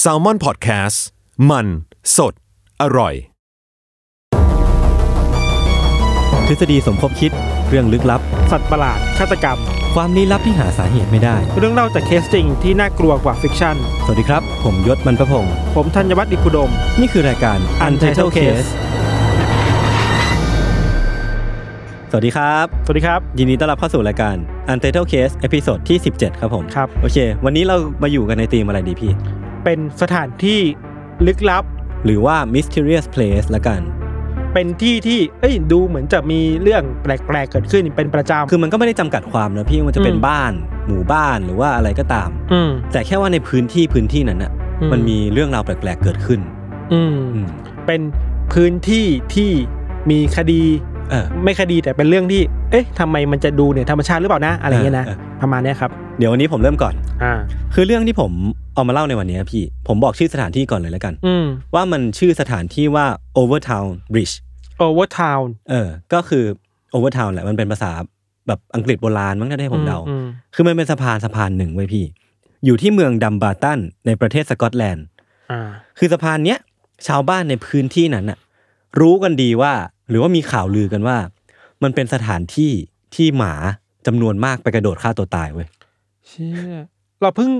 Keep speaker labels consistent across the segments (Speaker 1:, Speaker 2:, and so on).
Speaker 1: แซลมอนพอดแคสต์มันสดอร่อย
Speaker 2: ทฤษฎีสมคบคิดเรื่องลึกลับ
Speaker 3: สัตว์ประหลาดฆาตกรรม
Speaker 2: ความลี้ลับที่หาสาเหตุไม่ได้
Speaker 3: เรื่องเล่าจากเคสจริงที่น่ากลัวกว่าฟิกชั่น
Speaker 2: สวัสดีครับ ผมยศมันประพงศ์
Speaker 3: ผมธัญวัฒน์อิพุดม
Speaker 2: นี่คือรายการ Untitled Case สวัสดีครับ
Speaker 3: สวัสดีครับ
Speaker 2: ยินดีต้อนรับเข้าสู่รายการ Untitled Case เอพิโซดที่ 17 ครับผม
Speaker 3: ครับ
Speaker 2: โอเค วันนี้เรามาอยู่กันในธีมอะไรดีพี่
Speaker 3: เป็นสถานที่ลึกลับ
Speaker 2: หรือว่า Mysterious Place ละกัน
Speaker 3: เป็นที่ที่เอ้ยดูเหมือนจะมีเรื่องแปลกๆเกิดขึ้นเป็นประจำ
Speaker 2: คือมันก็ไม่ได้จำกัดความนะพี่ว่ามันจะเป็น
Speaker 3: อืม
Speaker 2: บ้าน หมู่บ้านหรือว่าอะไรก็ตาม
Speaker 3: อืม
Speaker 2: แต่แค่ว่าในพื้นที่พื้นที่นั้นน่ะ
Speaker 3: อืม
Speaker 2: มันมีเรื่องราวแปลกๆเกิดขึ้น
Speaker 3: อืม
Speaker 2: อืม
Speaker 3: เป็นพื้นที่ที่มีคดี
Speaker 2: เออ
Speaker 3: ไม่คดีแต่เป็นเรื่องที่ เอ๊ะทำไมมันจะดูเหนี่ยธรรมชาติหรือเปล่านะ อะไรเงี้ยนะ
Speaker 2: เออเออ
Speaker 3: ประมาณเนี้ยครับ
Speaker 2: เดี๋ยววันนี้ผมเริ่มก่อน
Speaker 3: อ่า
Speaker 2: คือเรื่องที่ผมเอามาเล่าในวันนี้พี่ ผมบอกชื่อสถานที่ก่อนเลยแล้วกัน
Speaker 3: อืม
Speaker 2: ว่ามันชื่อสถานที่ว่า Overtown Bridge
Speaker 3: โอเวอร์ทาวน์
Speaker 2: เออ ก็คือ Overtown แหละ มันเป็นภาษาแบบอังกฤษโบราณมั้งถ้าให้ผมเดา คือมันเป็นสะพานสะพานหนึ่งไว้ยพี่ อยู่ที่เมืองดัมบาตันในประเทศสกอตแลนด์
Speaker 3: อ่า
Speaker 2: คือสะพานเนี้ยชาวบ้านในพื้นที่นั้นน่ะรู้กันดีว่า หรือว่ามีข่าวลือกันว่า มันเป็นสถานที่ที่หมาจำนวนมากไปกระโดดฆ่าตัวตายเว้ย
Speaker 3: เชี่ยเราเพิ่ง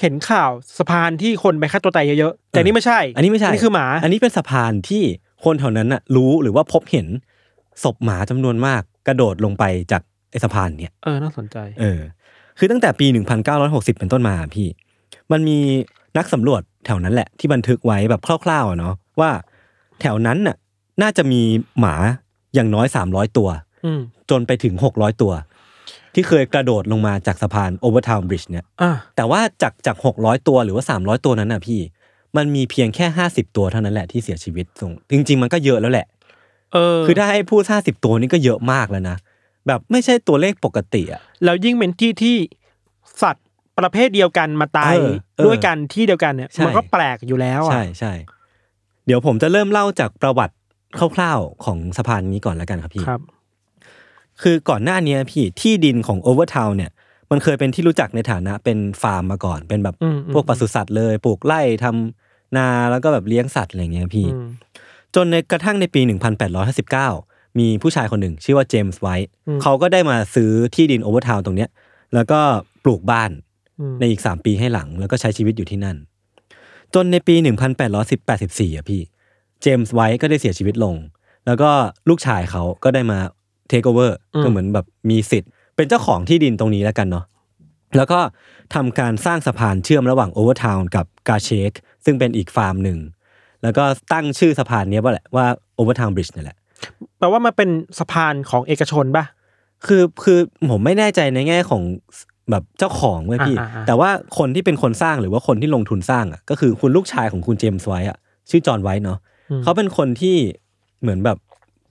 Speaker 3: เห็นข่าวสะพานที่คนไปฆ่าตัวตายเยอะๆแต่นี่ไม่ใช่
Speaker 2: อันนี้ไม่ใช่
Speaker 3: นี่คือหมา
Speaker 2: อันนี้เป็นสะพานที่คนแถวนั้นน่ะรู้หรือว่าพบเห็นศพหมาจำนวนมากกระโดดลงไปจากไอ้สะพานเนี่ย
Speaker 3: เออ น่าสนใจ
Speaker 2: เออ คือตั้งแต่ปี 1960 เป็นต้นมาพี่ มันมีนักสำรวจแถวนั้นแหละที่บันทึกไว้แบบคร่าวๆอะเนาะว่าแถวนั้นน่ะน่าจะมีหมาอย่างน้อย 300 ตัว
Speaker 3: อืม
Speaker 2: จนไปถึง 600 ตัว ที่เคยกระโดดลงมาจากสะพานโอเวอร์ทาวน์บริดจ์เนี่ย
Speaker 3: อ่ะ
Speaker 2: แต่ว่าจากจากหกร้อยตัวหรือว่าสามร้อยตัวนั้นน่ะพี่ มันมีเพียงแค่ห้าสิบตัวเท่านั้นแหละที่เสียชีวิตส่งจริง ๆ มันก็เยอะแล้วแหละ
Speaker 3: เออ
Speaker 2: คือถ้าให้พูดห้าสิบตัวนี่ก็เยอะมากแล้วนะ แบบไม่ใช่ตัวเลขปกติอ่ะ
Speaker 3: แล้วยิ่งเป็นที่ที่สัตว์ประเภทเดียวกันมาตาย
Speaker 2: เออเออ
Speaker 3: ด้วยกันที่เดียวกันเนี่ย
Speaker 2: ใช่
Speaker 3: มันก็แปลกอยู่แล้วอ่ะ
Speaker 2: ใช่ใช่เดี๋ยวผมจะเริ่มเล่าจากประวัติคร่าวๆของสะพานนี้ก่อนแล้วกันครับพี่
Speaker 3: ครับ
Speaker 2: คือก่อนหน้าเนี้ยพี่ที่ดินของโอเวอร์ทาวเนี่ย มันเคยเป็นที่รู้จักในฐานะเป็นฟาร์มมาก่อน เป็นแบบ
Speaker 3: อืมอืม
Speaker 2: พวกปศุสัตว์เลยปลูกไร่ทำนาแล้วก็แบบเลี้ยงสัตว์อะไรเงี้ยพี่
Speaker 3: อืม
Speaker 2: จนในกระทั่งในปี 1859 มีผู้ชายคนหนึ่ง ชื่อว่าเจมส์ไวท์
Speaker 3: อืม
Speaker 2: เขาก็ได้มาซื้อที่ดินโอเวอร์ทาวน์ตรงเนี้ย แล้วก็ปลูกบ้าน
Speaker 3: อืม
Speaker 2: ในอีก 3 ปีให้หลัง แล้วก็ใช้ชีวิตอยู่ที่นั่น จนในปี 1884 อ่ะพี่ เจมส์ไวท์ก็ได้เสียชีวิตลง แล้วก็ลูกชายเขาก็ได้มาเทคโอเวอร์ก็เหมือนแบบมีสิทธิ์ เป็นเจ้าของที่ดินตรงนี้แล้วกันเนาะ แล้วก็ทำการสร้างสะพานเชื่อมระหว่างโอเวอร์ทาวน์กับกาเชคซึ่งเป็นอีกฟาร์มหนึ่ง แล้วก็ตั้งชื่อสะพานเนี้ยว่าแหละว่าโอเวอร์ทาวน์บริดจ์นี่นแหละ
Speaker 3: แปลว่ามันเป็นสะพานของเอกชนป่ะ
Speaker 2: คือคือผมไม่แน่ใจในแง่ของแบบเจ้าของเว้ยพี่
Speaker 3: อ่าอ่าอ่า
Speaker 2: แต่ว่าคนที่เป็นคนสร้างหรือว่าคนที่ลงทุนสร้างอ่ะก็คือคุณลูกชายของคุณเจมส์ไว้อ่ะชื่อจอห์นไว้เนาะเขาเป็นคนที่เหมือนแบบ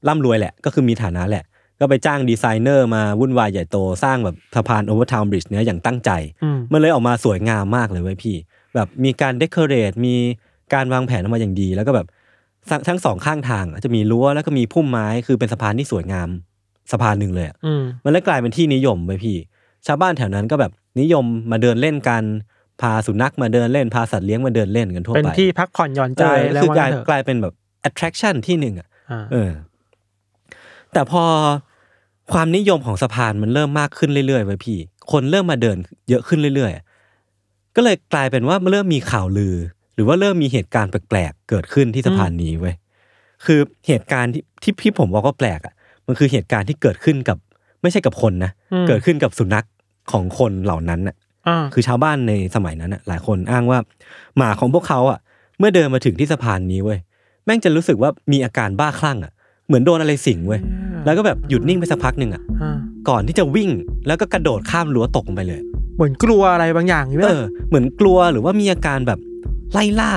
Speaker 2: ร่ำรวยแหละ ก็คือมีฐานะแหละ ก็ไปจ้างดีไซเนอร์มาวุ่นวายใหญ่โตสร้างแบบสะพานโอเวอร์ทาวน์บริดจ์เนี้ยอย่างตั้งใจ
Speaker 3: อืม
Speaker 2: มันเลยออกมาสวยงามมากเลยเว้ยพี่ แบบมีการเดคอเรทมีการวางแผนออกมาอย่างดี แล้วก็แบบทั้งทั้งสองข้างทางอะจะมีรั้วแล้วก็มีพุ่มไม้คือเป็นสะพานที่สวยงามสะพานหนึ่งเลยอะ
Speaker 3: อืม
Speaker 2: มันเลยกลายเป็นที่นิยมไปพี่ ชาวบ้านแถวนั้นก็แบบนิยมมาเดินเล่นกันพาสุนัขมาเดินเล่นพาสัตว์เลี้ยงมาเดินเล่นกันทั่วไป
Speaker 3: เป็นที่พักผ่อนหย่อนใจ
Speaker 2: เออ
Speaker 3: แล้ว
Speaker 2: คือก
Speaker 3: กั
Speaker 2: ลาน ย
Speaker 3: เถอะ
Speaker 2: กลายเป็นแบบ attraction ที่หนึ่งอ่ะ
Speaker 3: อ่า
Speaker 2: เออ แต่พอความนิยมของสะพานมันเริ่มมากขึ้นเรื่อยๆไว้ยพี่ คนเริ่มมาเดินเยอะขึ้นเรื่อย ก็เลยกลายเป็นว่าเริ่มมีข่าวลือ หรือว่าเริ่มมีเหตุการณ์แปลกๆ เกิดขึ้นที่สะพานนี้เว้ยคือเหตุการณ์ที่ที่พี่ผมบอกว่าแปลกอ่ะมันคือเหตุการณ์ที่เกิดขึ้นกับไม่ใช่กับคนนะ
Speaker 3: อืม
Speaker 2: เกิดขึ้นกับสุนัขของคนเหล่านั้นน่ะ
Speaker 3: อ่า
Speaker 2: คือชาวบ้านในสมัยนั้นน่ะหลายคนอ้างว่า หมาของพวกเขาอ่ะ เมื่อเดินมาถึงที่สะพานนี้เว้ยแม่งจะรู้สึกว่ามีอาการบ้าคลั่งอ่ะเหมือนโดนอะไรสิงเว้ยแล้วก็แบบหยุดนิ่งไปสักพักหนึ่งอ่ะ
Speaker 3: อ่า
Speaker 2: ก่อนที่จะวิ่งแล้วก็กระโดดข้ามรั้วตกลงไปเลย
Speaker 3: เหมือนกลัวอะไรบางอย่างอยู่ไหม
Speaker 2: เออ เหมือนกลัวหรือว่ามีอาการแบบไล่ล่า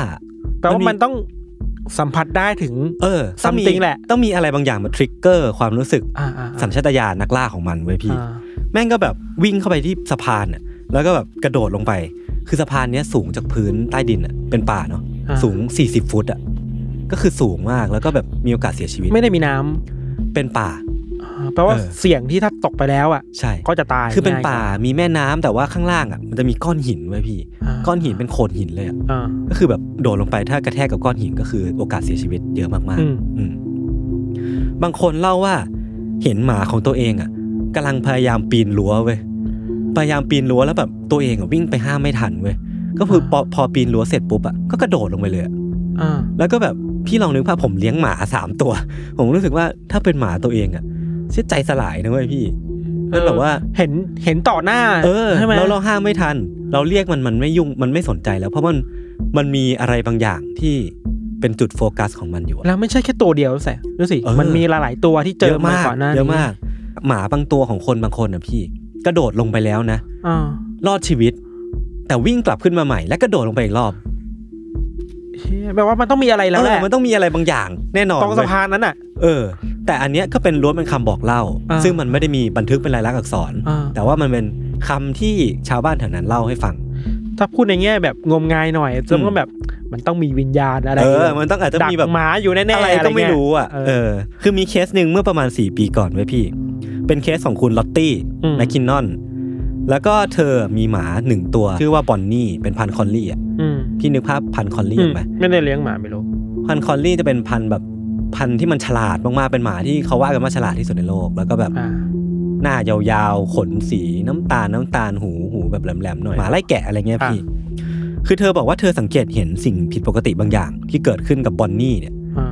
Speaker 3: แปลว่ามันต้องสัมผัสได้ถึง
Speaker 2: เออต้องมี
Speaker 3: something แหละ
Speaker 2: ต้องมีอะไรบางอย่างมาทริกเกอร์ความรู้สึก
Speaker 3: อ่าอ่าอ่า
Speaker 2: สัญชาตญาณนักล่าของมันเว้ยพี่
Speaker 3: อ่า
Speaker 2: แม่งก็แบบวิ่งเข้าไปที่สะพานน่ะแล้วก็แบบกระโดดลงไป คือสะพานเนี้ยสูงจากพื้นใต้ดินอ่ะเป็นป่าเนาะ
Speaker 3: อ่า
Speaker 2: สูง 40 ฟุตอ่ะก็คือสูงมากแล้วก็แบบมีโอกาสเสียชีวิต
Speaker 3: ไม่ได้มีน้ำ
Speaker 2: เป็นป่า
Speaker 3: อ่าแปลว่า
Speaker 2: เออ
Speaker 3: เสียงที่ถ้าตกไปแล้วอ่ะ
Speaker 2: ใช่
Speaker 3: ก็จะตาย
Speaker 2: คือเป็น
Speaker 3: ง่ยกว่
Speaker 2: ป่ามีแม่น้ำแต่ว่าข้างล่างอ่ะมันจะมีก้อนหินไว้ยพี่
Speaker 3: า
Speaker 2: ก้อนหินเป็นโขดหินเลยอ่ะ
Speaker 3: อ่า
Speaker 2: ก็คือแบบโดดลงไปถ้ากระแทกกับก้อนหินก็คือโอกาสเสียชีวิตเยอะมาก
Speaker 3: อืม
Speaker 2: ๆอืมบางคนเล่าว่าเห็นหมาของตัวเองอ่ะกำลังพยายามปีนรั้วเว้ยพยายามปีนรั้วแล้วแบบตัวเองอ่ะวิ่งไปห้ามไม่ทันเว้ยก็คือพอพอปีนรั้วเสร็จปุ๊บอ่ะก็กระโดดลงไปเลยอะ
Speaker 3: อ่า
Speaker 2: แล้วก็แบบพี่ลองนึกภาพผมเลี้ยงหมาสามตัว ผมรู้สึกว่าถ้าเป็นหมาตัวเองอ่ะเสียใจสลายนะเว้ยพี่มันแบบว่า
Speaker 3: เห็นเห็นต่อหน้า
Speaker 2: เออ
Speaker 3: ใช่ไหม
Speaker 2: แล้วเราห้ามไม่ทัน เราเรียกมันมันไม่ยุ่งมันไม่สนใจแล้ว เพราะมันมันมีอะไรบางอย่างที่เป็นจุดโฟกัสของมันอยู่อะ
Speaker 3: แล้วไม่ใช่แค่ตัวเดียวแสรู้สิ
Speaker 2: เออ
Speaker 3: มันมีหลายๆตัวที่เจ
Speaker 2: เย
Speaker 3: อมาม
Speaker 2: อะาก
Speaker 3: ก่อนหน้านี้
Speaker 2: เยอะมาก หมาบางตัวของคนบางคนนะพี่ กระโดดลงไปแล้วนะ
Speaker 3: อ่าร
Speaker 2: อดชีวิต แต่วิ่งกลับขึ้นมาใหม่ และกระโดดลงไปอีกรอบ
Speaker 3: เฮ้ยแปลว่ามันต้องมีอะไรแล้วแห
Speaker 2: เอ
Speaker 3: ละ
Speaker 2: อมันต้องมีอะไรบางอย่างแน่นอน
Speaker 3: ตรงสะพานนั้นอ่ะ
Speaker 2: เออ แต่อันเนี้ยก็เป็นล้วนเป็นคำบอกเล่า
Speaker 3: อ่า
Speaker 2: ซึ่งมันไม่ได้มีบันทึกเป็นลายลักษณ์อักษร
Speaker 3: อ่า
Speaker 2: แต่ว่ามันเป็นคำที่ชาวบ้านแถวนั้นเล่าให้ฟัง
Speaker 3: ถ้าพูดในแง่แบบงมงายหน่อยจะ
Speaker 2: อื
Speaker 3: ว่าม แบบมันต้องมีวิญญาณอะไร
Speaker 2: เออ มันต้องอาจจะ
Speaker 3: ดัก
Speaker 2: มีแบบ
Speaker 3: หมาอยู่แน่ๆ
Speaker 2: อะไรก็ไม่
Speaker 3: เงี้ย
Speaker 2: รู้อ่ะ
Speaker 3: เออ
Speaker 2: เออ คือมีเคสหนึ่งเมื่อประมาณ 4 ปีก่อนไว้ยพี่ เป็นเคสของคุณลอตตี้
Speaker 3: อืม
Speaker 2: แมคคินนอน แล้วก็เธอมีหมาหนึ่งตัว ชื่อว่าบอนนี่ เป็นพันธุ์คอลลี่อ่ะ
Speaker 3: ม
Speaker 2: พี่นึกภาพพันธุ์คอลลี่ออกไหม
Speaker 3: ไม่ได้เลี้ยงหมาไม่รู้
Speaker 2: พันธุ์คอลลี่จะเป็นพันธุ์แบบพันธุ์ที่มันฉลาดมากๆ เป็นหมาที่เขาว่ากันว่าฉลาดที่สุดในโลก แล้วก็แบบ
Speaker 3: อ่า
Speaker 2: หน้ายาวๆ ขนสีน้ำตาลน้ำตาลหูหูแบบแหลมๆหน่อย หมาไล่แกะอะไรเงี้ยพี่ คือเธอบอกว่าเธอสังเกตเห็นสิ่งผิดปกติบางอย่าง ที่เกิดขึ้นกับบอนนี่เนี่ย
Speaker 3: อ่า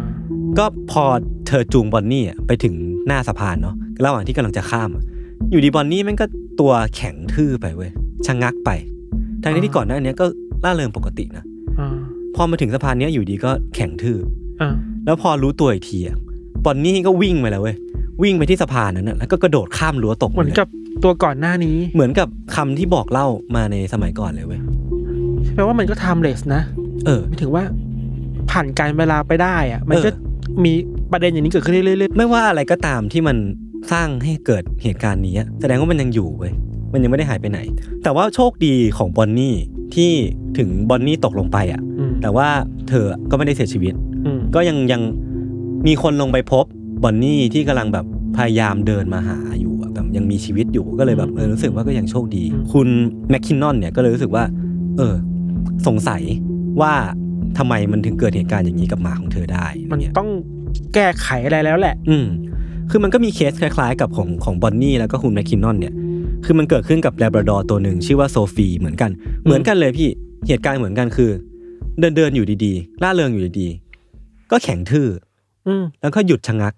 Speaker 2: ก็พอเธอจูงบอนนี่อะไปถึงหน้าสะพานเนาะระหว่างที่กำลังจะข้ามอะอยู่ดีบอนนี่แมันก็ตัวแข็งทื่อไปเว้ยชะงงักไปทั้งที่ก่อนหน้าเนี้ยก็ล่าเริงปกตินะ
Speaker 3: อ่า
Speaker 2: พอมาถึงสะพานเนี้ยอยู่ดีก็แข็งทื่อ
Speaker 3: อ่า
Speaker 2: แล้วพอรู้ตัวอีกทีอะบอนนี่ก็วิ่งไปแล้วเว้ยวิ่งไปที่สะพานนั้นนะแล้วก็กระโดดข้ามรั้วตก
Speaker 3: เหมือน
Speaker 2: ลย
Speaker 3: กับตัวก่อนหน้านี้
Speaker 2: เหมือนกับคำที่บอกเล่ามาในสมัยก่อนเลยเว้ย
Speaker 3: แปลว่ามันก็ timeless นะ
Speaker 2: เออ
Speaker 3: ไม่ถึงว่าผ่านการเวลาไปได้อ่ะ มันก็
Speaker 2: เอ
Speaker 3: มีประเด็นอย่างนี้เกิดขึ้นเรื่อย
Speaker 2: ไม่ว่าอะไรก็ตามที่มันสร้างให้เกิดเหตุการณ์นี้อะแสดงว่ามันยังอยู่เว้ยมันยังไม่ได้หายไปไหน แต่ว่าโชคดีของบอนนี่ที่ถึงบอนนี่ตกลงไปอ่ะ
Speaker 3: ๆอืม
Speaker 2: แต่ว่าเธอก็ไม่ได้เสียชีวิต
Speaker 3: อืม
Speaker 2: ก็ยังยังมีคนลงไปพบบอนนี่ที่กำลังแบบพยายามเดินมาหาอยู่อะแบบยังมีชีวิตอยู่ก็เลยแบบเออรู้สึกว่าก็ยังโชคดี คุณแมคคินนอนเนี่ยก็เลยรู้สึกว่า เออ สงสัยว่าทำไมมันถึงเกิดเหตุการณ์อย่างนี้กับหมาของเธอได้อะไร
Speaker 3: มัน
Speaker 2: เงี้ย
Speaker 3: ต้องแก้ไขอะไรแล้วแหละ
Speaker 2: อืม คือมันก็มีเคสคล้ายๆ กับของของบอนนี่แล้วก็คุณแมคคินนอนเนี่ย คือมันเกิดขึ้นกับแลบราดอร์ตัวหนึ่งชื่อว่าโซฟีเหมือนกัน เหมือนกันเลยพี่ เหตุการณ์เหมือนกันคือ เดินเดินๆอยู่ดีๆ ล่าเริงอยู่ดีๆ ก็แข็งทื่อ
Speaker 3: อืม
Speaker 2: แล้วก็หยุดชะงัก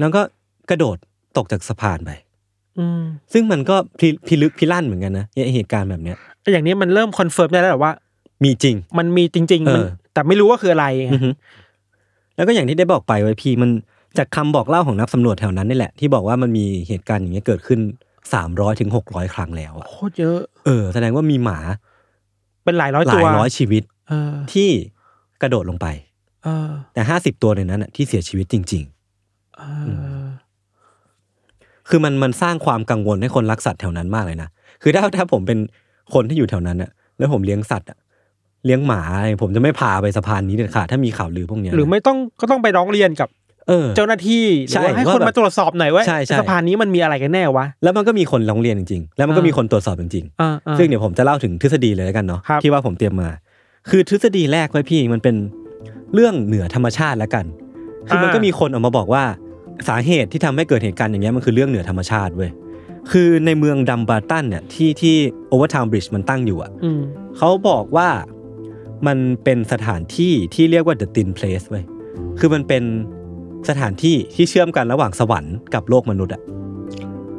Speaker 2: แล้วก็กระโดดตกจากสะพานไป
Speaker 3: อืม
Speaker 2: ซึ่งมันก็พิพิลึกพิลั่นเหมือนกันนะเนี่ยเหตุการณ์แบบเนี้ย
Speaker 3: อย่างนี้มันเริ่มคอนเฟิร์มได้แล้วแหละว่า
Speaker 2: มีจริง
Speaker 3: มันมีจริงๆมัน
Speaker 2: เออ
Speaker 3: แต่ไม่รู้ว่าคืออะไรไง
Speaker 2: อือฮึแล้วก็อย่างที่ได้บอกไปไว้พี่มันจากคำบอกเล่าของนักสำรวจแถวนั้นนี่แหละ ที่บอกว่ามันมีเหตุการณ์อย่างเงี้ยเกิดขึ้นสามร้อยถึงหกร้อยครั้งแล้วอะ
Speaker 3: โคตรเยอะ
Speaker 2: เออแสดงว่ามีหมา
Speaker 3: เป็นหลายร้อย
Speaker 2: ห
Speaker 3: ตั
Speaker 2: ลา
Speaker 3: วย
Speaker 2: ร้อยชีวิต
Speaker 3: เออ
Speaker 2: ที่กระโดดลงไป
Speaker 3: เออ
Speaker 2: แต่ห้าสิบตัวในนั้นนะที่เสียชีวิตจริง
Speaker 3: เอออ
Speaker 2: ๆ คือมันมันสร้างความกังวลให้คนรักสัตว์แถวนั้นมากเลยนะคือถ้าถ้าผมเป็นคนที่อยู่แถวนั้นอะแล้วผมเลี้ยงสัตว์อะเลี้ยงหมาอะไรผมจะไม่พาไปสะพานนี้เด็ดขาดถ้ามีข่าวลือพวกเนี้ยนะ
Speaker 3: หรือไม่ต้องก็ต้องไปร้องเรียนกับ
Speaker 2: เออ
Speaker 3: เจ้าหน้าที่ห
Speaker 2: ใช่
Speaker 3: รือว่าให้ค
Speaker 2: ว่า
Speaker 3: น
Speaker 2: แบบ
Speaker 3: มาตรวจสอบหน่อยว่า
Speaker 2: ใช่ใช่
Speaker 3: สะพานนี้มันมีอะไรกันแน่วะ
Speaker 2: แล้วมันก็มีคนร้องเรียนจริงๆ แล้วมันก็
Speaker 3: อ่ามี
Speaker 2: มีคนตรวจสอบจริงๆ
Speaker 3: อ่าอ่า
Speaker 2: ซึ่งเดี๋ยวผมจะเล่าถึงทฤษฎีเลยแล้วกันเนาะ
Speaker 3: ครับ
Speaker 2: ที่ว่าผมเตรียมมา คือทฤษฎีแรกไว้พี่มันเป็นเรื่องเหนือธรรมชาติแล้วกัน คือมันก็มีคนออกมาบอกว่าสาเหตุที่ทำให้เกิดเหตุการณ์อย่างเงี้ยมันคือเรื่องเหนือธรรมชาติเว้ย คือในเมืองดัมบาร์ตันเนี่ยที่ที่โอเวอร์ทาวน์บริดจ์มันตั้งอยู่อ่ะ
Speaker 3: อืม
Speaker 2: เขาบอกว่ามันเป็นสถานที่ที่เรียกว่า The Thin Place เว้ยคือมันเป็นสถานที่ที่เชื่อมกันระหว่างสวรรค์กับโลกมนุษย์อ่ะ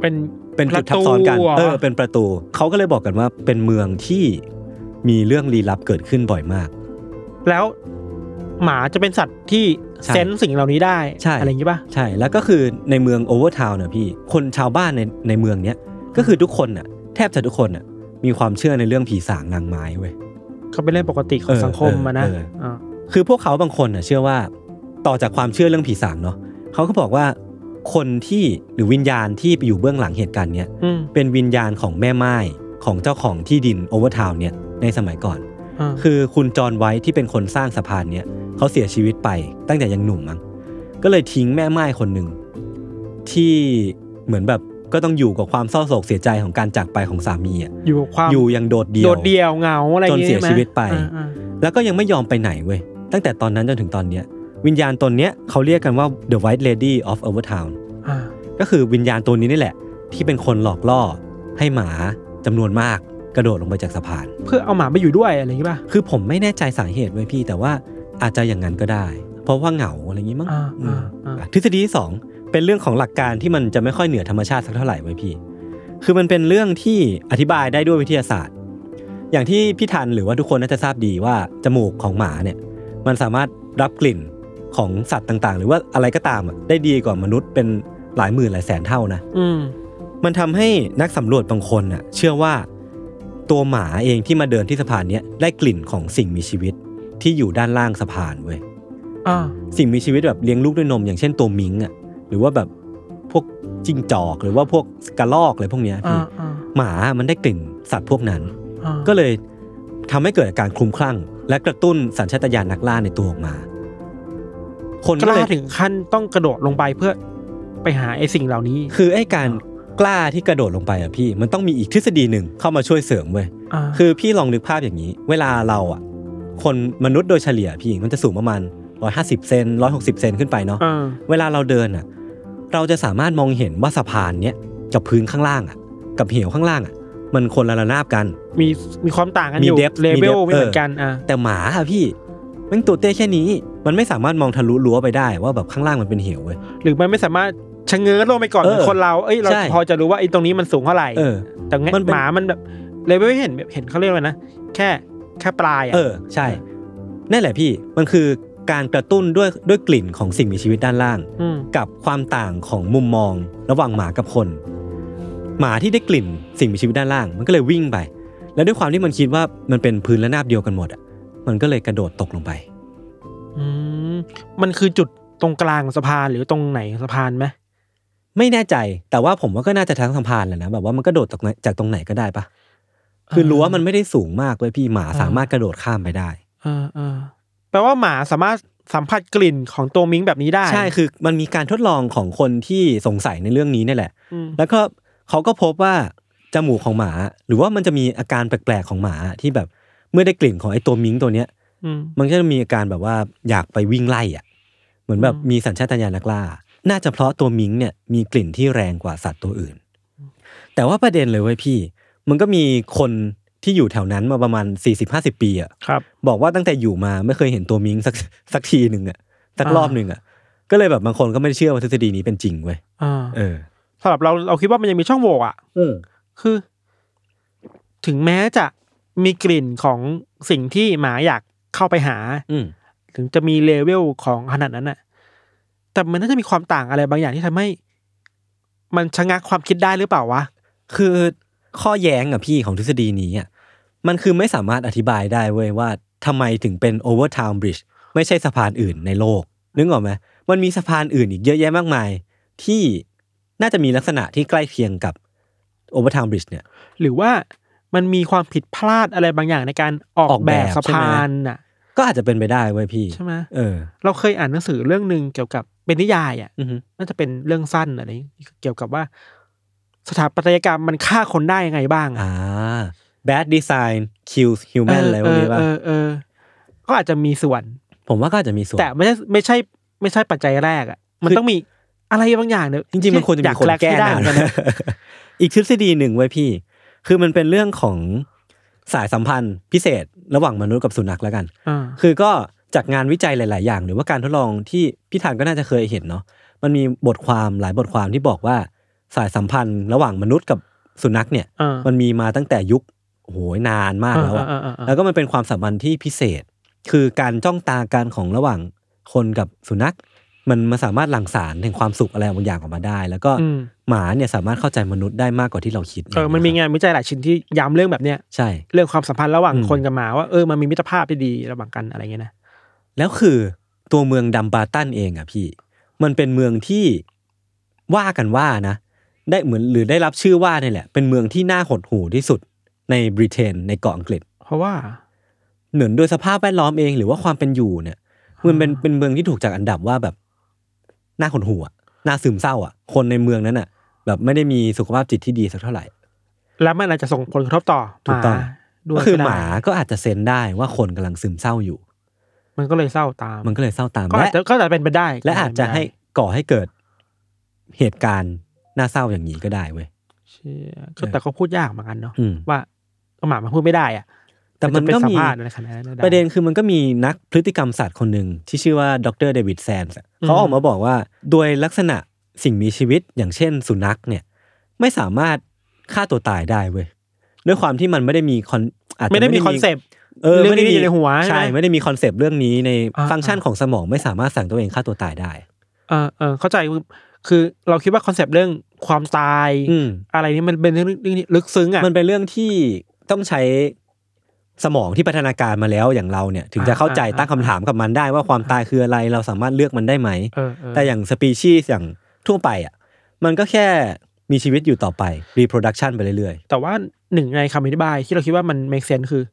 Speaker 3: เป็น
Speaker 2: เป็นจุดทับซ้อนกัน
Speaker 3: ประตูเหรอ
Speaker 2: เออ เป็นประตู เขาก็เลยบอกกันว่าเป็นเมืองที่มีเรื่องลี้ลับเกิดขึ้นบ่อยมาก
Speaker 3: แล้วหมาจะเป็นสัตว์ที่
Speaker 2: ใช่
Speaker 3: เซนส์สิ่งเหล่านี้ได้
Speaker 2: ใช่
Speaker 3: อะไรอย่างนี้ป่ะ
Speaker 2: ใช่ แล้วก็คือในเมืองโอเวอร์ทาวน์เนี่ยพี่ คนชาวบ้านในในเมืองเนี้ย ก็คือทุกคนน่ะ แทบจะทุกคนน่ะ มีความเชื่อในเรื่องผีสางนางไม้เว้ย
Speaker 3: เขาเป็นเรื่องปกติขอ
Speaker 2: เอง อ
Speaker 3: สังคมมานะ
Speaker 2: เออเอออ่
Speaker 3: า
Speaker 2: คือพวกเขาบางคนน่ะเชื่อว่าต่อจากความเชื่อเรื่องผีสางเนาะเขาก็บอกว่าคนที่หรือวิญญาณที่ไปอยู่เบื้องหลังเหตุการณ์เนี้ย
Speaker 3: อืม
Speaker 2: เป็นวิญญาณของแม่ไม้ของเจ้าของที่ดินโอเวอร์ทาวน์เนี่ยในสมัยก่อน
Speaker 3: อ่า
Speaker 2: คือคุณจอห์นไวท์ที่เป็นคนสร้างสะพานเนี้ยเขาเสียชีวิตไปตั้งแต่ยังหนุ่มมั้งก็เลยทิ้งแม่ไม้คนหนึ่งที่เหมือนแบบก็ต้องอยู่กับความเศร้าโศกเสียใจของการจากไปของสามีอ่ะ
Speaker 3: อยู่กับความ
Speaker 2: อยู่อย่างโดดเดี่ยว
Speaker 3: โดดเดี่ยวเหงาอะไรอา
Speaker 2: จน
Speaker 3: งงี้
Speaker 2: เสีย
Speaker 3: ใไหม
Speaker 2: ชีวิตไป
Speaker 3: อ่าอ่า
Speaker 2: แล้วก็ยังไม่ยอมไปไหนเว้ยตั้งแต่ตอนนั้นจนถึงตอนเนี้ย วิญญาณตนเนี้ยเขาเรียกกันว่า the white lady of overtown
Speaker 3: อ่า
Speaker 2: ก็คือวิญญาณตัวนี้นี่แหละ ที่เป็นคนหลอกล่อให้หมาจำนวนมากกระโดดลงไปจากสะพาน
Speaker 3: เพื่อเอาหมาไปอยู่ด้วยอะไรอย่างนี้ป่ะ
Speaker 2: คือผมไม่แน่ใจสาเหตุไว้ยพี่ แต่ว่าอาจจะอย่างนั้นก็ได้ เพราะว่าเหงาอะไรอย่างนี้มั้ง
Speaker 3: อ่า
Speaker 2: อืม
Speaker 3: อ่าอ่า
Speaker 2: ทฤษฎีที่สองเป็นเรื่องของหลักการที่มันจะไม่ค่อยเหนือธรรมชาติสักเท่าไหร่ไว้ยพี่ คือมันเป็นเรื่องที่อธิบายได้ด้วยวิทยาศาสตร์ อย่างที่พี่ทันหรือว่าทุกคนน่าจะทราบดีว่าจมูกของหมาเนี่ย มันสามารถรับกลิ่นของสัตว์ต่างๆ หรือว่าอะไรก็ตามอะได้ดีกว่ามนุษย์เป็นหลายหมื่นหลายแสนเท่านะ
Speaker 3: อืม
Speaker 2: มันทำให้นักสำรวจบางคนน่ะ เชื่อว่าตัวหมาเองที่มาเดินที่สะพานเนี้ยได้กลิ่นของสิ่งมีชีวิตที่อยู่ด้านล่างสะพานเว้ย
Speaker 3: อ่า
Speaker 2: สิ่งมีชีวิตแบบเลี้ยงลูกด้วยนม อย่างเช่นตัวมิงอ่ะหรือว่าแบบพวกจิ้งจอก หรือว่าพวกกระลอกอะไรพวกเนี้ย
Speaker 3: อ่า
Speaker 2: พี่
Speaker 3: อ่า
Speaker 2: หมามันได้กลิ่นสัตว์พวกนั้น
Speaker 3: อ่า
Speaker 2: ก็เลยทำให้เกิดอาการคลุมคลั่ง และกระตุ้นสัญชาตญาณนักล่าในตัวออกมา คน
Speaker 3: ก
Speaker 2: ก็
Speaker 3: ล้า
Speaker 2: เลย
Speaker 3: ถึงขั้นต้องกระโดดลงไปเพื่อไปหาไอ้สิ่งเหล่านี้
Speaker 2: คือไอ้การกล้าที่กระโดดลงไปอะพี่ มันต้องมีอีกทฤษฎีหนึ่งเข้ามาช่วยเสริมเว้ย
Speaker 3: า
Speaker 2: คือพี่ลองนึกภาพอย่างนี้ เวลาเราอ่ะ คนมนุษย์โดยเฉลี่ยพี่มันจะสูงประมาณ 150 เซน160 เซนขึ้นไปเนาะ
Speaker 3: อ่า
Speaker 2: เวลาเราเดินอ่ะ เราจะสามารถมองเห็นว่าสะพานเนี้ยกับพื้นข้างล่างอ่ะ กับเหวข้างล่างอ่ะ มันคนละระนาบกัน
Speaker 3: มีมีความต่างกัน
Speaker 2: มี
Speaker 3: อยู่
Speaker 2: depth
Speaker 3: เล
Speaker 2: มี
Speaker 3: เวล
Speaker 2: depth
Speaker 3: ไม่เหมือนกันอ่า
Speaker 2: แต่หมาอะพี่แมันตัวเตี้ยแค่นี้ มันไม่สามารถมองทะลุรั้วไปได้ว่าแบบข้างล่างมันเป็นเหวเว้ย
Speaker 3: หรือมันไม่สามารถชะเง้อลงไปก่อน
Speaker 2: เออ
Speaker 3: เหมือนคนเรา เอ้ยเรา
Speaker 2: ใช่
Speaker 3: พอจะรู้ว่าไอ้ตรงนี้มันสูงเท่าไหร่
Speaker 2: เออ
Speaker 3: แต่เงี้ย
Speaker 2: มันเป็น
Speaker 3: หมามันแบบเลยไม่เห็นแบบเห็นเขาเรียกว่านะ แค่แค่ปลายอ่ะ
Speaker 2: เออใช่นั่นแหละพี่มันคือการกระตุ้นด้วยด้วยกลิ่นของสิ่งมีชีวิตด้านล่าง
Speaker 3: ม
Speaker 2: กับความต่างของมุมมองระหว่างหมากับคน หมาที่ได้กลิ่นสิ่งมีชีวิตด้านล่าง มันก็เลยวิ่งไป แล้วด้วยความที่มันคิดว่ามันเป็นพื้นและนาบเดียวกันหมดอ่ะมันก็เลยกระโดดตกลงไป
Speaker 3: อืมมันคือจุดตรงกลางสะพานหรือตรงไหนของสะพานไหม
Speaker 2: ไม่แน่ใจแต่ว่าผมว่าก็น่าจะทั้งสัมพานแหละนะแบบว่ามันกระโดดตกไหนจากตรงไหนก็ได้ปะคือรั้วมันไม่ได้สูงมากเลยพี่หมาสามารถกระโดดข้ามไปได้
Speaker 3: เออเออแปลว่าหมาสามารถสัมผัสกลิ่นของตัวมิงแบบนี้ได้
Speaker 2: ใช่คือมันมีการทดลองของคนที่สงสัยในเรื่องนี้เนี่ยแหละ
Speaker 3: ม
Speaker 2: แล้วก็เขาก็พบว่าจมูกของหมา หรือว่ามันจะมีอาการแปลกๆของหมาที่แบบเมื่อได้กลิ่นของไอ้ตัวมิงตัวเนี้ย
Speaker 3: อืม
Speaker 2: มันก็จะมีอาการแบบว่าอยากไปวิ่งไล่อ่ะ เหมือนแบบ
Speaker 3: อืม
Speaker 2: มีสัญชาตญาณนักล่า น่าจะเพราะตัวมิงเนี่ยมีกลิ่นที่แรงกว่าสัตว์ตัวอื่น แต่ว่าประเด็นเลยเว้ยพี่ มันก็มีคนที่อยู่แถวนั้นมาประมาณ 40-50 ปีอ่ะ
Speaker 3: ครับ
Speaker 2: บอกว่าตั้งแต่อยู่มาไม่เคยเห็นตัวมิงสัก สักทีหนึ่งอ่ะสัก
Speaker 3: อ่าร ร
Speaker 2: อบหนึ่งอ่ะ ก็เลยแบบบางคนก็ไม่ได้เชื่อว่าทฤษฎีนี้เป็นจริงเว้ย
Speaker 3: อ่า
Speaker 2: เออ
Speaker 3: สำหรับเราเราคิดว่ามันยังมีช่องโหว่อ่ะ
Speaker 2: เออ
Speaker 3: คือ ถึงแม้จะมีกลิ่นของสิ่งที่หมาอยากเข้าไปหา
Speaker 2: อืม
Speaker 3: ถึงจะมีเลเวลของขนาดนั้นน่ะ แต่มันน่าจะมีความต่างอะไรบางอย่างที่ทำให้ มันชะงักความคิดได้หรือเปล่าวะ
Speaker 2: คือข้อแย้งอ่ะพี่ของทฤษฎีนี้อ่ะมันคือไม่สามารถอธิบายได้เว้ยว่าทำไมถึงเป็น Overtown Bridge ไม่ใช่สะพานอื่นในโลก นึกออกไหมมันมีสะพานอื่นอีกเยอะแยะมากมาย ที่น่าจะมีลักษณะที่ใกล้เคียงกับ Overtown Bridge เนี่ย
Speaker 3: หรือว่ามันมีความผิดพลาดอะไรบางอย่างในการออก
Speaker 2: ออกแบ
Speaker 3: แบบ บสะ
Speaker 2: ใช่ไหม
Speaker 3: พานน่ะ
Speaker 2: ก็อาจจะเป็นไปได้เว้ยพี่
Speaker 3: ใช่ไหม
Speaker 2: เออ
Speaker 3: เราเคยอ่านหนังสือเรื่องหนึ่งเกี่ยวกับเป็นนิยายอ่ะ
Speaker 2: อือหือ
Speaker 3: น่าจะเป็นเรื่องสั้นอะไรเกี่ยวกับว่า สถาปัตยกรรมมันฆ่าคนได้ยังไงบ้างอะ
Speaker 2: อ่า bad design kills human อะไรพวกนี้ป่ะ
Speaker 3: เออเออเออก็อาจจะมีส่วน
Speaker 2: ผมว่าก็อาจจะมีส่วน
Speaker 3: แต่ไม่ใช่ไม่ใช่ไม่ใช่ปัจจัยแรกอ่ะ มัน
Speaker 2: คือ
Speaker 3: ต้องมี อะไรบางอย่างเนี่ย
Speaker 2: จริงๆมันควรจะ
Speaker 3: อ
Speaker 2: มี
Speaker 3: ยาก
Speaker 2: คน
Speaker 3: แลก
Speaker 2: แก้
Speaker 3: ให้ได้
Speaker 2: นะ
Speaker 3: เหมือนกันนะ
Speaker 2: อีกทฤษฎีหนึ่งไว้ยพี่ คือมันเป็นเรื่องของสายสัมพันธ์พิเศษระหว่างมนุษย์กับสุนัขแล้วกัน
Speaker 3: อ่า
Speaker 2: คือก็จากงานวิจัยหลาย ๆ อย่าง หรือว่าการทดลองที่พี่ธานก็น่าจะเคยเห็นเนาะมันมีบทความหลายบทความที่บอกว่าสายสัมพันธ์ระหว่างมนุษย์กับสุนัขเนี่ย
Speaker 3: อ่ามั
Speaker 2: มันมีมาตั้งแต่ยุคโอ้โหนานมากแล้วอะ
Speaker 3: อ่าอ่าอ่าอ่า
Speaker 2: แล้วก็มันเป็นความสัมพันธ์ที่พิเศษ คือการจ้องตากันของระหว่างคนกับสุนัข มันมันสามารถหลั่งสารแห่งความสุขอะไรบางอย่างออกมาได้ แล้วก็
Speaker 3: อืม
Speaker 2: หมาเนี่ยสามารถเข้าใจมนุษย์ได้มากกว่าที่เราคิด
Speaker 3: เออมันมีงานวิจัยหลายชิ้นที่ย้ำเรื่องแบบเนี้ย
Speaker 2: ใช่
Speaker 3: เรื่องความสัมพันธ์ระหว่าง
Speaker 2: อืม
Speaker 3: คนกับหมาว่าเออมันมีมิตรภาพที่ดีระหว่างกันอะไรเงี้ยนะ
Speaker 2: แล้วคือตัวเมืองดัมบาตันเองอะพี่ มันเป็นเมืองที่ว่ากันว่านะ ได้เหมือนหรือได้รับชื่อว่าเนี่ยแหละ เป็นเมืองที่น่าหดหูที่สุดในบริเตนในเกาะอังกฤษ
Speaker 3: เพราะว่า
Speaker 2: เหมือนโดยสภาพแวดล้อมเองหรือว่าความเป็นอยู่เนี่ยมันเป็นเป็นเมืองที่ถูกจัดอันดับว่าแบบน่าหดหูอะน่าซึมเศร้าอะคนในเมืองนั้นอะแบบไม่ได้มีสุขภาพจิตที่ดีสักเท่าไหร่
Speaker 3: แล้วมันอาจจะส่งผลกระทบต่อห
Speaker 2: ถูก
Speaker 3: มา
Speaker 2: ต้อง
Speaker 3: ด้วย
Speaker 2: ก็คือ
Speaker 3: ได้
Speaker 2: หมาก็อาจจะเซนได้ว่าคนกำลังซึมเศร้าอยู่
Speaker 3: มันก็เลยเศร้าตาม
Speaker 2: มันก็เลยเศร้าตาม
Speaker 3: ก็อาจ
Speaker 2: และ
Speaker 3: จะก็อาจจะเป็นไปได้
Speaker 2: และอาจจะให้ก่อให้เกิดเหตุการณ์น่าเศร้าอย่างนี้ก็ได้เว้ย
Speaker 3: เชี่ยก็แต่ก็พูดยากเหมือนกันเนาะ
Speaker 2: อืม
Speaker 3: ว่าหมามันพูดไม่ได้อ่ะ
Speaker 2: แต่มันก็
Speaker 3: จะเป็สั
Speaker 2: มี
Speaker 3: ภาษณ์ในขณะนั้นไ
Speaker 2: ประเด็นคือมันก็มีนักพฤติกรรมศาสตร์คนหนึ่งที่ชื่อว่าดรเดวิดแซนส์อะ
Speaker 3: อืม
Speaker 2: เขาออกมาบอกว่า โดยลักษณะสิ่งมีชีวิตอย่างเช่นสุนัขเนี่ยไม่สามารถฆ่าตัวตายได้เว้ยด้วยความที่มันไม่ได้มีคอนอาจจะ
Speaker 3: ไม่ได้มีคอนเซปต์
Speaker 2: เออ
Speaker 3: เรื่อง
Speaker 2: ไม่ได้
Speaker 3: นี้
Speaker 2: มี
Speaker 3: อยู่ในหัวใช่
Speaker 2: ใช่
Speaker 3: ไหม
Speaker 2: ไม่ได้มีคอนเซปต์เรื่องนี้ใน
Speaker 3: อ่า
Speaker 2: ฟังก์ชันของสมองไม่สามารถสั่งตัวเองฆ่าตัวตายได้
Speaker 3: เออเออเข้าใจคือคือเราคิดว่าคอนเซปต์เรื่องความตาย
Speaker 2: อืม
Speaker 3: อะไรนี้มันเป็นเรื่องเรื่องที่ลึกซึ้งอ่ะ
Speaker 2: มันเป็นเรื่องที่ต้องใช้สมองที่พัฒนาการมาแล้วอย่างเราเนี่ย ถึงจะ
Speaker 3: อ่า
Speaker 2: เข้าใจ
Speaker 3: อ่า
Speaker 2: ตั้งคำถามกับมันได้ว่าความตายคืออะไรเราสามารถเลือกมันได้ไหม
Speaker 3: เออเออ
Speaker 2: แต่อย่างสปีชีส์อย่างทั่วไปอ่ะมันก็แค่มีชีวิตอยู่ต่อไป reproduction ไปเรื่อย
Speaker 3: แต่ว่าหนึ่งในคำอธิบายที่เราคิดว่ามัน make sense คือ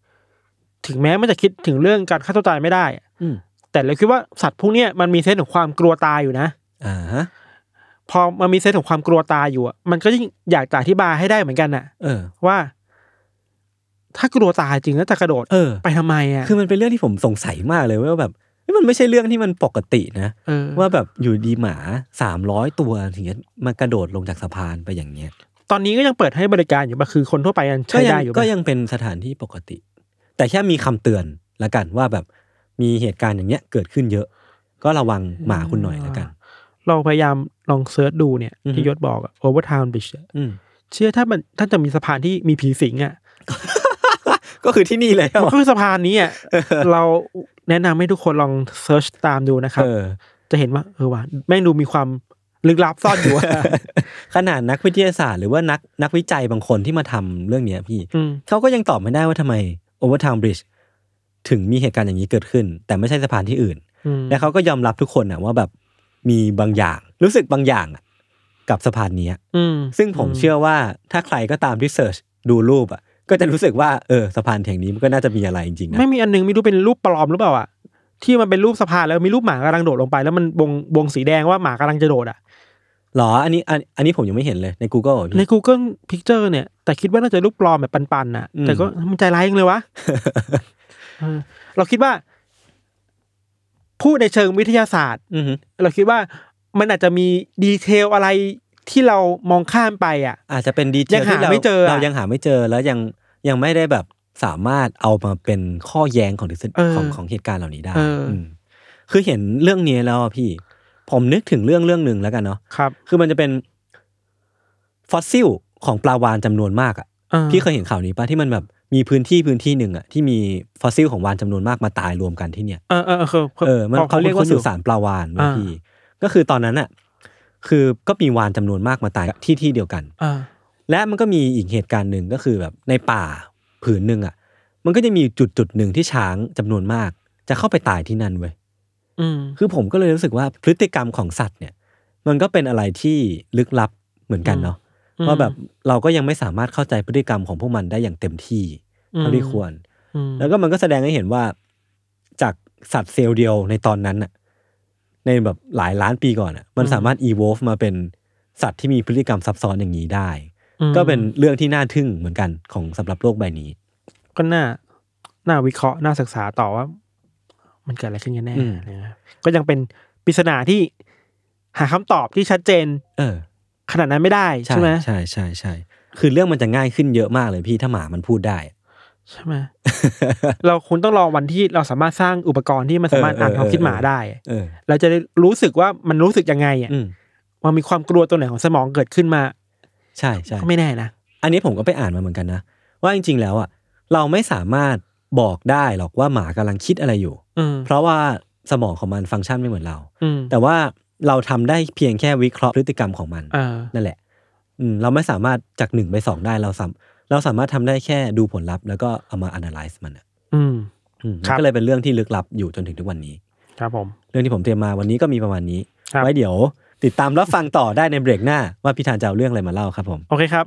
Speaker 3: ถึงแม้มันจะคิดถึงเรื่องการฆ่าตัวตายไม่ได้อะ
Speaker 2: ๆอืม
Speaker 3: แต่เราคิดว่าสัตว์พวกเนี้ยมันมีเซนส์ของความกลัวตายอยู่นะ
Speaker 2: อ่าฮะ
Speaker 3: พอมันมีเซนส์ของความกลัวตายอยู่อะมันก็ยิ่งอยากจะอธิบายให้ได้เหมือนกันน่ะ
Speaker 2: เออ
Speaker 3: ว่า ถ้ากลัวตายจริงแล้วจะกระโดด
Speaker 2: เออ
Speaker 3: ไปทำไมอ่ะ
Speaker 2: คือมันเป็นเรื่องที่ผมสงสัยมากเลยว่าแบบเฮ้ยมันไม่ใช่เรื่องที่มันปกตินะ
Speaker 3: เออ
Speaker 2: ว่าแบบอยู่ดีหมาสามร้อยตัวถึงจะมากระโดดลงจากสะพานไปอย่างเงี้ย
Speaker 3: ตอนนี้ก็ยังเปิดให้บริการอยู่ปะคือคนทั่วไปยังใช้
Speaker 2: ก็ยั
Speaker 3: ได้
Speaker 2: ง
Speaker 3: อยู่ปะ
Speaker 2: ก็ยังเป็นสถานที่ปกติ แต่แค่มีคำเตือนละกันว่าแบบมีเหตุการณ์อย่างเงี้ยเกิดขึ้นเยอะ ก็ระวังหมาคุณหน่อยละกัน
Speaker 3: เราพยายามลองเซิร์ชดูเนี่ย
Speaker 2: อือฮึ
Speaker 3: ที่ยศบอกโอเวอร์ทาวน์บิช
Speaker 2: อืม
Speaker 3: เชื่อถ้ามันถ้าจะมีสะพานที่มีผีสิงอ่ะ
Speaker 2: ก็คือที่นี่เลย
Speaker 3: มันคือสะพานนี้ อ่ะ เราแนะนำให้ทุกคนลองเซิร์ชตามดูนะครับ
Speaker 2: เออ
Speaker 3: จะเห็นว่า เออว่ะแม่งดูมีความลึกลับซ่อนอยู่อะ
Speaker 2: ขนาดนักวิทยาศาสตร์หรือว่านักนักวิจัยบางคนที่มาทำเรื่องเนี้ยพี่
Speaker 3: อืม
Speaker 2: เขาก็ยังตอบไม่ได้ว่าทำไมโอเวอร์ทาวน์บริดจ์ถึงมีเหตุการณ์อย่างนี้เกิดขึ้น แต่ไม่ใช่สะพานที่อื่น
Speaker 3: อืม
Speaker 2: และเขาก็ยอมรับทุกคนนะว่าแบบมีบางอย่าง รู้สึกบางอย่างอะกับสะพานเนี้ย
Speaker 3: อืม
Speaker 2: ซึ่งผมเชื่อว่าถ้าใครก็ตามที่เสิร์ชดูรูปอ่ะ ก็จะรู้สึกว่าเออสะพานแห่งนี้มันก็น่าจะมีอะไรจริงๆนะ
Speaker 3: ไม่มีอันนึงไม่รู้เป็นรูปปลอมหรือเปล่าอ่ะที่มันเป็นรูปสะพานแล้วมีรูปหมากำลังโดดลงไป แล้วมันวงวงสีแดงว่าหมากำลังจะโดดอ่ะ
Speaker 2: หรออันนี้อันอันนี้ผมยังไม่เห็นเลยใน Google อ่ะ
Speaker 3: ใน
Speaker 2: พี่
Speaker 3: Google Picture เนี่ย แต่คิดว่าน่าจะรูปปลอมแบบปันๆน่ะ
Speaker 2: อืม
Speaker 3: แต่ก็มันใจร้ายยังเลยวะ เออเราคิดว่า พูดในเชิงวิทยาศาสตร์
Speaker 2: อือฮึ
Speaker 3: เราคิดว่ามันอาจจะมีดีเทลอะไรที่เรามองข้ามไปอ่ะ
Speaker 2: อาจจะเป็นดีเท
Speaker 3: ยั
Speaker 2: ล
Speaker 3: งหา
Speaker 2: ที่เรา
Speaker 3: ไม่เจออะ
Speaker 2: เรายังหาไม่เจอแล้วยังยังไม่ได้แบบสามารถเอามาเป็นข้อแย้งของทฤษฎี
Speaker 3: เออ
Speaker 2: ของของเหตุการณ์เหล่านี้ได้
Speaker 3: เอออื
Speaker 2: มคือเห็นเรื่องนี้แล้วอะพี่ ผมนึกถึงเรื่องเรื่องหนึ่งแล้วกันเนาะ
Speaker 3: ครับ
Speaker 2: คือมันจะเป็นฟอสซิลของปลาวาฬจำนวนมากอ่ะ พี่เคยเห็นข่าวนี้ปะที่มันแบบมีพื้นที่พื้นที่หนึ่งอะที่มีฟอสซิลของวานจำนวนมากมาตายรวมกันที่เนี่ย
Speaker 3: เออเออเออคบ
Speaker 2: เออมัน
Speaker 3: พ
Speaker 2: เขาเรียกว่า
Speaker 3: คุ้นๆ
Speaker 2: สุสานปลาวานเมื่อพี่ก็คือตอนนั้นอะคือก็มีวานจำนวนมากมาตายที่ที่เดียวกัน
Speaker 3: อ่า
Speaker 2: และมันก็มีอีกเหตุการณ์หนึ่งก็คือแบบในป่าผืนหนึ่งอะมันก็จะมีจุดจุดๆหนึ่งที่ช้างจำนวนมาก จะเข้าไปตายที่นั่นเว้ย
Speaker 3: อืม
Speaker 2: คือผมก็เลยรู้สึกว่าพฤติกรรมของสัตว์เนี่ย มันก็เป็นอะไรที่ลึกลับเหมือนกันเนาะ ว่าแบบเราก็ยังไม่สามารถเข้าใจพฤติกรรมของพวกมันได้อย่างเต็มที่เท่าที่ควร
Speaker 3: อืม
Speaker 2: แล้วก็มันก็แสดงให้เห็นว่าจากสัตว์เซลล์เดียวในตอนนั้นน่ะในแบบหลายล้านปีก่อนน่ะมันสามารถอีโวฟมาเป็นสัตว์ที่มีพฤติกรรมซับซ้อนอย่างนี้ได้
Speaker 3: อืม
Speaker 2: ก็เป็นเรื่องที่น่าทึ่งเหมือนกันของสำหรับโลกใบนี้
Speaker 3: ก็น่าน่าวิเคราะห์น่าศึกษาต่อว่า มันเกิดอะไรขึ้นกันแน่
Speaker 2: อืม
Speaker 3: อะไรเงี้ยก็ยังเป็นปริศนาที่ หาคำตอบที่ชัดเจน
Speaker 2: เออ
Speaker 3: ขนาดนั้นไม่ได้
Speaker 2: ใช่
Speaker 3: ใช่ไหม
Speaker 2: ใช่ใช่ใช่คือเรื่องมันจะง่ายขึ้นเยอะมากเลยพี่ถ้าหมามันพูดได้
Speaker 3: ใช่ไหม เราคุณต้องรอวันที่เราสามารถสร้างอุปกรณ์ที่มันสามารถ
Speaker 2: เออ
Speaker 3: อ่าน
Speaker 2: เออ
Speaker 3: ความคิด
Speaker 2: เออ
Speaker 3: หมาได้
Speaker 2: เออ
Speaker 3: เราจะได้รู้สึกว่ามันรู้สึกยังไงอ่ะ
Speaker 2: อืม
Speaker 3: มันมีความกลัวตัวไหนของสมองเกิดขึ้นมา
Speaker 2: ใช่ใช่
Speaker 3: ก็ไม่แน่นะ
Speaker 2: อันนี้ผมก็ไปอ่านมาเหมือนกันนะ ว่าจริง ๆ แล้วอ่ะเราไม่สามารถบอกได้หรอกว่าหมากำลังคิดอะไรอยู่
Speaker 3: อืม
Speaker 2: เพราะว่าสมองของมันฟังก์ชันไม่เหมือนเรา
Speaker 3: อืม
Speaker 2: แต่ว่าเราทำได้เพียงแค่วิเคราะห์พฤติกรรมของมัน
Speaker 3: อ่า
Speaker 2: นั่นแหละ อืมเราไม่สามารถจากหนึ่งไปสองได้เราสามเราสามารถทำได้แค่ดูผลลัพธ์แล้วก็เอามา analyze มันอะ
Speaker 3: อืม
Speaker 2: อืมมั
Speaker 3: ครั
Speaker 2: น
Speaker 3: บ
Speaker 2: ก็เลยเป็นเรื่องที่ลึกลับอยู่จนถึงทุกวันนี้
Speaker 3: ครับผม
Speaker 2: เรื่องที่ผมเตรียมมาวันนี้ก็มีประมาณนี้
Speaker 3: ครับ
Speaker 2: ไว้เดี๋ยว ติดตามรับฟังต่อได้ในเบรกหน้า ว่าพี่ธานจะเอาเรื่องอะไรมาเล่าครับผม
Speaker 3: โอเคครับ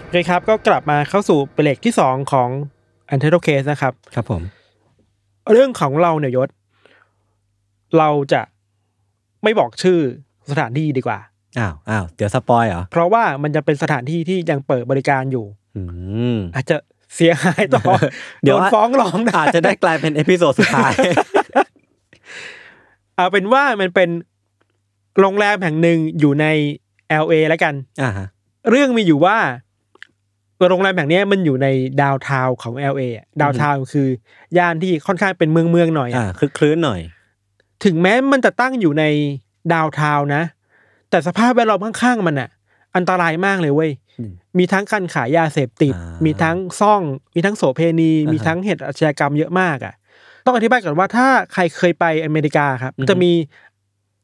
Speaker 3: โอเคครับ ก็กลับมาเข้าสู่เบรกที่สองของ a n t i t l e Case นะครับ
Speaker 2: ครับผม
Speaker 3: เรื่องของเราเนี่ยยศ เราจะไม่บอกชื่อสถานที่ดีกว่า
Speaker 2: อ้าวอ้าวเดี๋ยวสปอยเหรอ
Speaker 3: เพราะว่ามันจะเป็นสถานที่ที่ยังเปิดบริการอยู่
Speaker 2: อืม
Speaker 3: อาจจะเสียหายต่อ
Speaker 2: เดี๋ยว
Speaker 3: โดนฟ้องร้องน
Speaker 2: อาจจะได้กลายเป็นเอพิโซดสุดท้าย
Speaker 3: เอาเป็นว่ามันเป็นโรงแรมแห่งหนึ่งอยู่ใน LA แล้วกัน
Speaker 2: อ่าฮะ
Speaker 3: เรื่องมีอยู่ว่าโรงแรมแห่งเนี้ยมันอยู่ในดาวน์ทาวน์ของ LA อะดาวน์ทาวน์คือย่านที่ค่อนข้างเป็นเมืองเมืองๆหน่อยอะ
Speaker 2: อ่าคลึกคลื้นหน่อย
Speaker 3: ถึงแม้มันจะตั้งอยู่ในดาวน์ทาวน์นะ แต่สภาพแวดล้อมข้างๆมันอะอันตรายมากเลยเว้ย
Speaker 2: อืม
Speaker 3: มีทั้งการขายยาเสพติด
Speaker 2: อ่ามี
Speaker 3: มีทั้งซ่อง มีทั้งโสเพณี
Speaker 2: อ่าฮะ
Speaker 3: มีทั้งเหตุอาชญากรรมเยอะมากอะต้องอธิบายก่อนว่าถ้าใครเคยไปอเมริกาครับ
Speaker 2: อือฮึ
Speaker 3: จะมี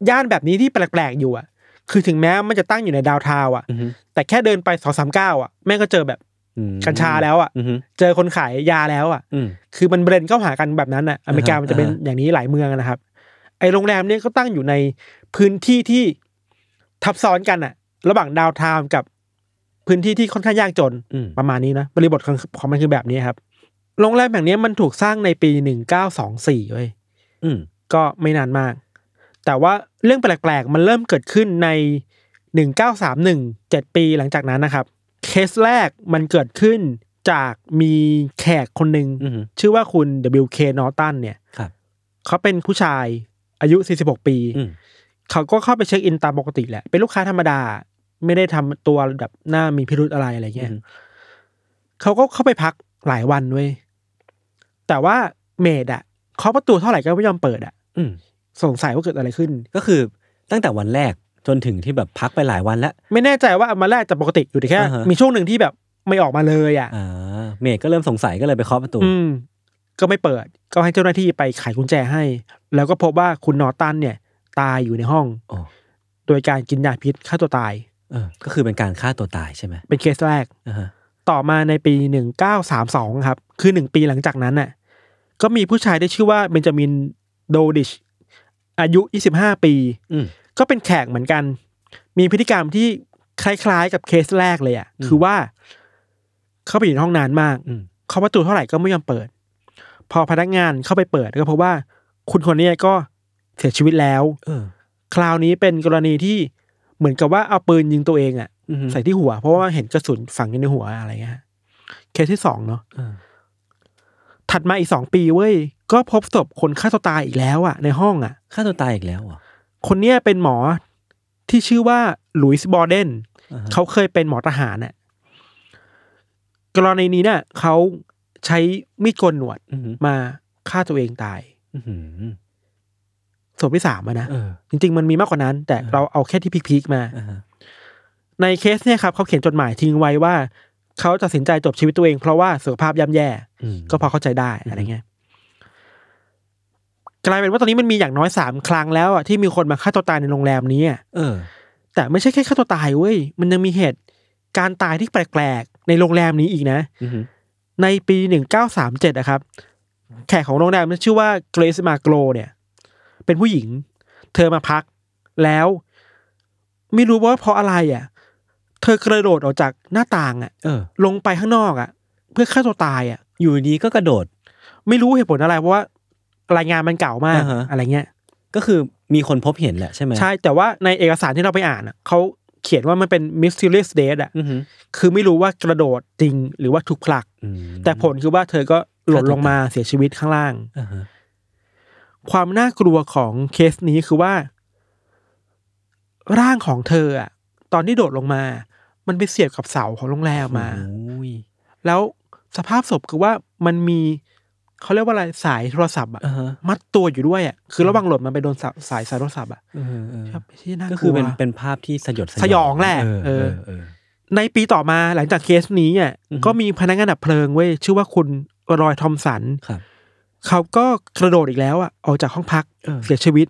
Speaker 3: ย่านแบบนี้ที่แปลกๆอยู่อะคือถึงแม้มันจะตั้งอยู่ในดาวน์ทาวน์อะ
Speaker 2: อือฮึ
Speaker 3: แต่แค่เดินไปสองสามก้าวอ่ะแม่งก็เจอแบบ
Speaker 2: อืม
Speaker 3: กัญชาแล้วอ่ะ
Speaker 2: อือฮึ
Speaker 3: เจอคนขายยาแล้วอ่ะ
Speaker 2: อืม
Speaker 3: คือมันเบรนด์เข้าหากันแบบนั้นอ่ะอเมริกา
Speaker 2: อ่าฮะ
Speaker 3: มันจะเป็นอย่างนี้หลายเมืองอะนะครับ ไอโรงแรมเนี่ยก็ตั้งอยู่ในพื้นที่ที่ทับซ้อนกันอ่ะ ระหว่างดาวน์ทาวน์กับพื้นที่ที่ค่อนข้างยากจน
Speaker 2: อืม
Speaker 3: ประมาณนี้นะบริบทของของมันคือแบบนี้ครับ โรงแรมแห่งเนี้ยมันถูกสร้างในปีหนึ่งเก้าสองสี่เว้ย
Speaker 2: อืม
Speaker 3: ก็ไม่นานมาก แต่ว่าเรื่องแปลกๆ มันเริ่มเกิดขึ้นใน 1931 7 ปีหลังจากนั้นนะครับ เคสแรกมันเกิดขึ้นจากมีแขกคนหนึ่ง
Speaker 2: อือฮึ
Speaker 3: ชื่อว่าคุณ W.K. Norton เนี่ย
Speaker 2: ครับ
Speaker 3: เขาเป็นผู้ชายอายุ 46 ปี
Speaker 2: อืม
Speaker 3: เขาก็เข้าไปเช็คอินตามปกติแหละ เป็นลูกค้าธรรมดา ไม่ได้ทำตัวแบบหน้ามีพิรุธอะไรอะไร
Speaker 2: อื
Speaker 3: เงี้ย
Speaker 2: ม
Speaker 3: เขาก็เข้าไปพักหลายวันเว้ย แต่ว่าเมดอะเคาะประตูเท่าไหร่ก็ไม่ยอมเปิดอะ
Speaker 2: อืม
Speaker 3: สงสัยว่าเกิดอะไรขึ้น
Speaker 2: ก็คือตั้งแต่วันแรกจนถึงที่แบบพักไปหลายวันแล้ว
Speaker 3: ไม่แน่ใจว่าเอามาแรกแต่ปกติอยู่แต่แค่
Speaker 2: อ่าฮะ
Speaker 3: มีช่วงหนึ่งที่แบบไม่ออกมาเลยอ่ะ
Speaker 2: อ่าเมย์ก็เริ่มสงสัยก็เลยไปเคาะประตู
Speaker 3: อืม ก็ไม่เปิด ก็ให้เจ้าหน้าที่ไปไขกุญแจให้ แล้วก็พบว่าคุณนอร์ตันเนี่ย ตายอยู่ในห้อง
Speaker 2: โอ้
Speaker 3: โดยการกินยาพิษฆ่าตัวตาย
Speaker 2: เออ ก็คือเป็นการฆ่าตัวตายใช่ไหม
Speaker 3: เป็นเคสแรก
Speaker 2: อ่าฮะ
Speaker 3: ต่อมาในปี 1932 ครับ คือหนึ่งปีหลังจากนั้นน่ะ ก็มีผู้ชายได้ชื่อว่าเบนจามินโดดิช อายุ 25 ปี
Speaker 2: อืม
Speaker 3: ก็เป็นแขกเหมือนกัน มีพฤติกรรมที่คล้ายๆกับเคสแรกเลยอะ่ะ
Speaker 2: อืม
Speaker 3: คือว่า เข้าไปอยู่ในห้องนานมาก
Speaker 2: อืม
Speaker 3: เข้าประตูเท่าไหร่ก็ไม่ยอมเปิด พอพนักงานเข้าไปเปิดก็พบว่า คุณคนนี้ก็เสียชีวิตแล้ว
Speaker 2: เออ
Speaker 3: คราวนี้เป็นกรณีที่เหมือนกับว่าเอาปืนยิงตัวเองอะ่ะ
Speaker 2: อือฮึ
Speaker 3: ใส่ที่หัว เพราะว่าเห็นกระสุนฝังอยู่ในหัวอะไรเงี้ยเคสที่สองเนาะ
Speaker 2: เออ
Speaker 3: ถัดมาอีกสองปีเว้ยก็พบศพคนฆ่าตัวตายอีกแล้วอะ่ะ ในห้องอ่ะ
Speaker 2: ฆ่าตัวตายอีกแล้วเหรอ
Speaker 3: คนเนี้ยเป็นหมอที่ชื่อว่าหลุยส์บอร์เดน
Speaker 2: อ่าฮะ
Speaker 3: เขาเคยเป็นหมอทหารน่ะกรณีนี้เนี่ยเขาใช้มีดโกนหนวด
Speaker 2: อือหือ
Speaker 3: มาฆ่าตัวเองตาย
Speaker 2: อื้อหือ
Speaker 3: ศพที่สามอะนะ
Speaker 2: เออ
Speaker 3: จริง ๆ มันมีมากกว่านั้น แต่
Speaker 2: เออ
Speaker 3: เราเอาแค่ที่พีคๆมา
Speaker 2: อ่าฮะ
Speaker 3: ในเคสเนี่ยครับเขาเขียนจดหมายทิ้งไว้ว่า เขาตัดสินใจจบชีวิตตัวเองเพราะว่าสุขภาพย่ำแย่
Speaker 2: อืม
Speaker 3: ก็พอเข้าใจได้อะไรเงี้ยกลายเป็นว่าตอนนี้มันมีอย่างน้อยสามครั้งแล้วอะที่มีคนมาฆ่าตัวตายในโรงแรมนี้อะ
Speaker 2: เออ
Speaker 3: แต่ไม่ใช่แค่ฆ่าตัวตายเว้ย มันยังมีเหตุการตายที่แปลกๆ ในโรงแรมนี้อีกนะ
Speaker 2: อือหือ
Speaker 3: ในปี 1937นะครับ แขกของโรงแรมนั้นชื่อว่าเกรซมาโกลเนี่ย เป็นผู้หญิง เธอมาพัก แล้ว ไม่รู้ว่าเพราะอะไรอ่ะ เธอกระโดดออกจากหน้าต่างอ่ะ
Speaker 2: เออ
Speaker 3: ลงไปข้างนอกอ่ะ เพื่อฆ่าตัวตายอ่ะ
Speaker 2: อยู่ดีก็กระโดด
Speaker 3: ไม่รู้เหตุผลอะไรเพราะว่ารายงานมันเก่ามาก
Speaker 2: อ่าฮะ
Speaker 3: อะไรเงี้ย
Speaker 2: ก็คือมีคนพบเห็นแหละใช่ไหม
Speaker 3: ใช่แต่ว่าในเอกสารที่เราไปอ่านอะเขา เขียนว่ามันเป็น mysterious death อ่ะ
Speaker 2: อือหือ
Speaker 3: คือไม่รู้ว่ากระโดดจริงหรือว่าถูกผลัก
Speaker 2: อืม
Speaker 3: แต่ผลคือว่าเธอก็หล่น
Speaker 2: ฆ่าตัว
Speaker 3: ลงมาเสียชีวิตข้างล่าง
Speaker 2: อ่าฮะ
Speaker 3: ความน่ากลัวของเคสนี้คือว่า ร่างของเธออะตอนที่โดดลงมา มันไปเสียบกับเสาของโรงแรมมา
Speaker 2: โอ้ย
Speaker 3: แล้วสภาพศพคือว่ามันมีเขาเรียกว่าอะไรสายโทรศัพท์อะ
Speaker 2: อ่าฮะ
Speaker 3: มัดตัวอยู่ด้วยอะคือระหว่างหล่นมันไปโดนสาสายสายโทรศัพท์อะ
Speaker 2: เออเออ
Speaker 3: ครับที่น่ากลัว
Speaker 2: ก็คือเป็นเป็นภาพที่สยด
Speaker 3: สยองแหละ
Speaker 2: เออเออ
Speaker 3: เออ
Speaker 2: เออ
Speaker 3: ในปีต่อมาหลังจากเคสนี้อ่ะ
Speaker 2: อือฮึ
Speaker 3: ก็มีพนักงานดับเพลิงเว้ยชื่อว่าคุณรอยทอมสัน
Speaker 2: ครับ
Speaker 3: เขาก็กระโดดอีกแล้วอ่ะออกจากห้องพัก
Speaker 2: เออ
Speaker 3: เสียชีวิต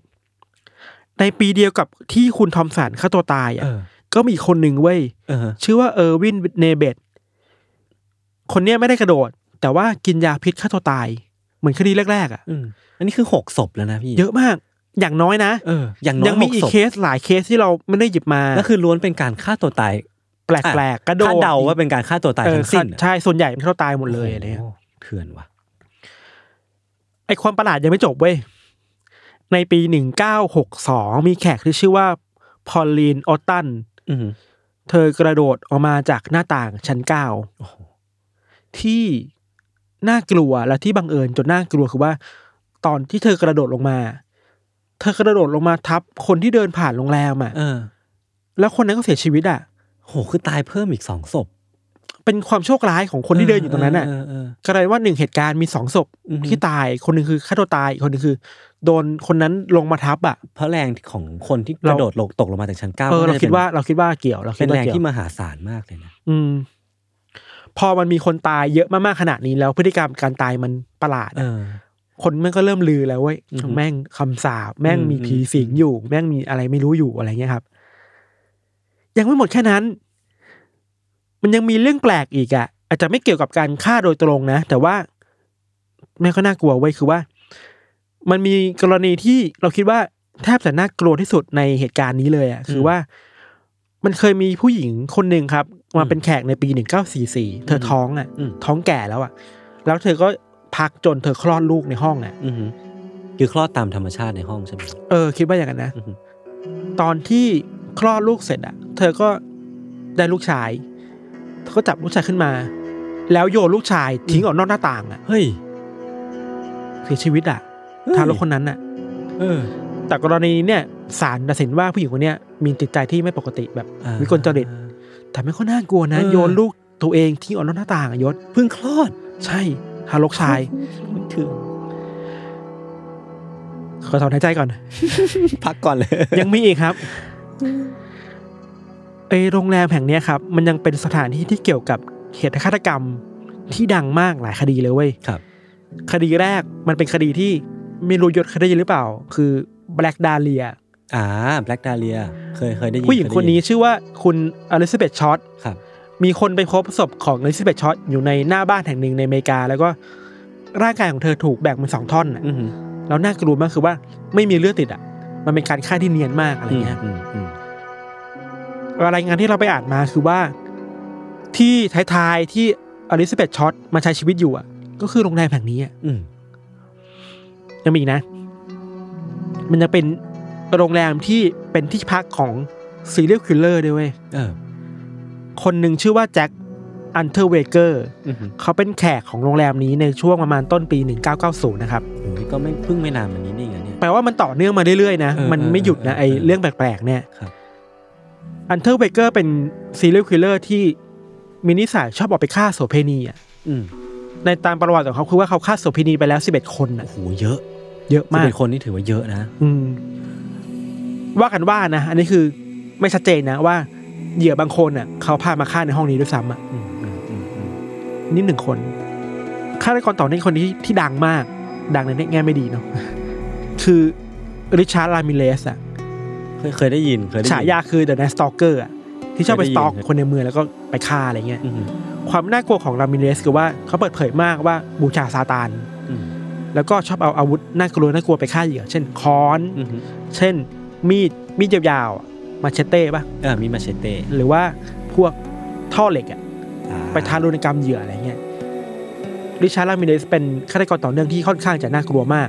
Speaker 3: ในปีเดียวกับที่คุณทอมสันฆ่าตัวตายอ่ะ
Speaker 2: เออ
Speaker 3: ก็มีอีกคนหนึ่งเว้ย
Speaker 2: เออฮะ
Speaker 3: ชื่อว่าเออร์วินเนเบตคนเนี้ยไม่ได้กระโดด แต่ว่ากินยาพิษฆ่าตัวตาย เหมือนคดีแรกๆอ่ะ
Speaker 2: อืมอันนี้คือหกศพแล้วนะพี่
Speaker 3: เยอะมากอย่างน้อยนะ
Speaker 2: เอออย่างน้อย
Speaker 3: ยังมี
Speaker 2: ห
Speaker 3: อีก
Speaker 2: ศพ
Speaker 3: เคสหลายเคสที่เราไม่ได้หยิบมา
Speaker 2: แล้วคือล้วนเป็นการฆ่าตัวตาย
Speaker 3: แปลกๆกระโดด
Speaker 2: คาดเดาว่าเป็นการฆ่าตัวตาย
Speaker 3: เออ
Speaker 2: ทั้งสิ้นอะ
Speaker 3: ใช่ส่วนใหญ่เป็นฆ่าตัวตายหมดเลยอะไรเงี้ย
Speaker 2: โโหเถื่อนว่ะ
Speaker 3: ไอความประหลาดยังไม่จบเว้ย ในปี 1962 มีแขกที่ชื่อว่า พอลลีนออตตัน
Speaker 2: อือหือ
Speaker 3: เธอกระโดดออกมาจากหน้าต่างชั้นเก้า
Speaker 2: โอ้โห
Speaker 3: ที่น่ากลัวและที่บังเอิญจนน่ากลัวคือว่า ตอนที่เธอกระโดดลงมา เธอกระโดดลงมาทับคนที่เดินผ่านโรงแรมอ่ะ
Speaker 2: เออ
Speaker 3: แล้วคนนั้นก็เสียชีวิตอ่ะ
Speaker 2: โหคือตายเพิ่มอีกสองศพ
Speaker 3: เป็นความโชคร้ายของคนที่เดินอยู่ตรงนั้นอ่ะ
Speaker 2: เเออ
Speaker 3: กลายว่าหนึ่งเหตุการณ์มีสองศพ
Speaker 2: อือฮึ
Speaker 3: ที่ตายคนหนึ่งคือฆ่าตัวตายอีกคนหนึ่งคือ โดนคนนั้นลงมาทับอ่ะ
Speaker 2: เพราะแรงของคนที่กระโดดลงตกลงมาจากชั้นเก้า
Speaker 3: เออ
Speaker 2: น่
Speaker 3: เรา
Speaker 2: จะ
Speaker 3: คิด
Speaker 2: ป็น
Speaker 3: ว่าเราคิดว่าเกี่ยวเราคิ
Speaker 2: เป็
Speaker 3: ด
Speaker 2: น
Speaker 3: ว่า
Speaker 2: แรง
Speaker 3: เกี่ยว
Speaker 2: ที่มหาศาลมากเลยนะ
Speaker 3: อืม พอมันมีคนตายเยอะมากๆขนาดนี้แล้วพฤติกรรมการตายมันประหลาด
Speaker 2: เอ
Speaker 3: อะ
Speaker 2: อ
Speaker 3: คนแม่งก็เริ่มลือแล้วเว้ย
Speaker 2: อือฮึ
Speaker 3: แม่งคำสาปแม่งมี
Speaker 2: อืม
Speaker 3: ผีสิงอยู่ แม่งมีอะไรไม่รู้อยู่อะไรเงี้ยครับ ยังไม่หมดแค่นั้น มันยังมีเรื่องแปลกอีกอะอาจจะไม่เกี่ยวกับการฆ่าโดยตรงนะ แต่ว่าแม่งก็น่ากลัวเว้ยคือว่า มันมีกรณีที่เราคิดว่าแทบจะน่ากลัวที่สุดในเหตุการณ์นี้เลยอะคือว่า มันเคยมีผู้หญิงคนหนึ่งครับ มาเป็นแขกในปี 1944 เธอท้องอ่ะ
Speaker 2: อืม
Speaker 3: ท้องแก่แล้วอ่ะ แล้วเธอก็พักจนเธอคลอดลูกในห้องอ่ะ
Speaker 2: อือหือคือคลอดตามธรรมชาติในห้องใช่ไหม
Speaker 3: เออ คิดว่าอย่างนั้นนะ
Speaker 2: อือฮึ
Speaker 3: ตอนที่คลอดลูกเสร็จอ่ะ เธอก็ได้ลูกชายเธอก็จับลูกชายขึ้นมา แล้วโยนลูกชายทิ้งออกนอกหน้าต่างอ่ะ
Speaker 2: เฮ้ย
Speaker 3: เสียชีวิตอ่ะทารกคนนั้นอ่ะ
Speaker 2: เออ
Speaker 3: แต่กรณีนี้เนี่ยศาลตัดสินว่าผู้หญิงคนเนี้ยมีจิตใจที่ไม่ปกติแบบ
Speaker 2: อ่า
Speaker 3: วิกลจริต แต่ไม่ค่อยน่ากลัวนะ
Speaker 2: เออ
Speaker 3: โยนลูกตัวเองทิ้งออกนอกหน้าต่างอะยศ
Speaker 2: เพิ่งคลอด
Speaker 3: ใช่ทารกชาย
Speaker 2: เถื่อน
Speaker 3: ขอถอนหายใจก่อน
Speaker 2: พักก่อนเลย
Speaker 3: ยังมีอีกครับไอโรงแรมแห่งเนี้ยครับ มันยังเป็นสถานที่ที่เกี่ยวกับเหตุฆาตกรรมที่ดังมากหลายคดีเลยเว้ย
Speaker 2: ครับ
Speaker 3: คดีแรกมันเป็นคดีที่ไม่รู้ยศเคยได้ยินหรือเปล่า คือแบล็กดาเลีย
Speaker 2: อ่าแบล็กดาเลียเคยเคยได้ยิน
Speaker 3: ผู้หญิงคนนี้
Speaker 2: เยได้
Speaker 3: ชื่อว่าคุณอลิซาเบธชอต
Speaker 2: ยิครับ
Speaker 3: มีคนไปพบศพของอลิซาเบธชอตอยู่ในหน้าบ้านแห่งหนึ่งในอเมริกา แล้วก็ร่างกายของเธอถูกแบ่งเป็นสองท่อนน่ะ
Speaker 2: อือหือ
Speaker 3: แล้วน่ากลัวมากคือว่าไม่มีเลือดติดอ่ะ มันเป็นการฆ่าที่เนียนมากอะไรเงี้ย
Speaker 2: อืมอืม
Speaker 3: รายงานที่เราไปอ่านมาคือว่าที่ท้ายๆที่อลิซาเบธช็อตมาใช้ชีวิตอยู่อ่ะ ก็คือโรงแรมแห่งนี้อ่ะ
Speaker 2: อืม
Speaker 3: ยังมีอีกนะ มันจะเป็นโรงแรมที่เป็นที่พักของซีเรียลคิลเลอร์ด้วยเว้ย
Speaker 2: เออ
Speaker 3: คนหนึ่งชื่อว่าแจ็คอันเทอร์เวเกอร์
Speaker 2: อือหือ
Speaker 3: เขาเป็นแขกของโรงแรมนี้ในช่วงประมาณต้นปี 1990 นะครับ
Speaker 2: โอ้ยก็ไม่เพิ่งไม่นานมานี้นี่ไงเนี่ย
Speaker 3: แปลว่ามันต่อเนื่องมาเรื่อยๆนะ
Speaker 2: เออ
Speaker 3: มันไม่หยุดนะ
Speaker 2: เออเออ
Speaker 3: ไอเรื่องแปลกๆเนี่ย
Speaker 2: ครับ
Speaker 3: อันเทอร์เวเกอร์เป็นซีเรียลคิลเลอร์ที่มินิสัยชอบออกไปฆ่าโสเพณีอ่ะ
Speaker 2: อืม
Speaker 3: ในตามประวัติของเขาคือว่าเขาฆ่าโสเภณีไปแล้ว 11 คน
Speaker 2: โอ้
Speaker 3: นะ
Speaker 2: โหเยอะ
Speaker 3: เยอะ
Speaker 2: จะ
Speaker 3: มาก
Speaker 2: เป็นคนที่ถือว่าเยอะนะ
Speaker 3: อืมว่ากันว่านะ อันนี้คือไม่ชัดเจนนะว่าเหยื่อบางคนอ่ะ เขาพามาฆ่าในห้องนี้ด้วยซ้ำอ่ะ
Speaker 2: อืมอืมอืมอืม
Speaker 3: นี่หนึ่งคนฆาตกรต่อเนื่องคนนี้ที่ดังมาก ดังในแง่ไม่ดี เนาะ คือริชาร์ดลามิเลสอ่ะ
Speaker 2: เคยเคยได้ยินเคยได้ยิน
Speaker 3: ฉายาคือเดอะไนสตอเกอร์อ่ะที่ชอบไป
Speaker 2: เคยได้
Speaker 3: ส
Speaker 2: ยิน
Speaker 3: ตอก
Speaker 2: ครับ
Speaker 3: คนในเมืองแล้วก็ไปฆ่าอะไรเงี้ย
Speaker 2: อืม
Speaker 3: ความน่ากลัวของลามิเลสคือว่าเขาเปิดเผยมากว่าบูชาซาตาน
Speaker 2: อืม
Speaker 3: แล้วก็ชอบเอาอาวุธน่ากลัวน่ากลัวไปฆ่าเหยื่อ เช่นค้อน
Speaker 2: อืม
Speaker 3: เช่น มีดมีดยาวๆอะมาเชเต้ปะ
Speaker 2: เออมีมาเชเต้
Speaker 3: หรือว่าพวกท่อเหล็กอะ
Speaker 2: อ่
Speaker 3: ไปทารุณกรรมเหยื่ออะไรเงี้ยริชาร์ดลามิเนสเป็นฆาตกรต่อเนื่องที่ค่อนข้างจะน่ากลัวมาก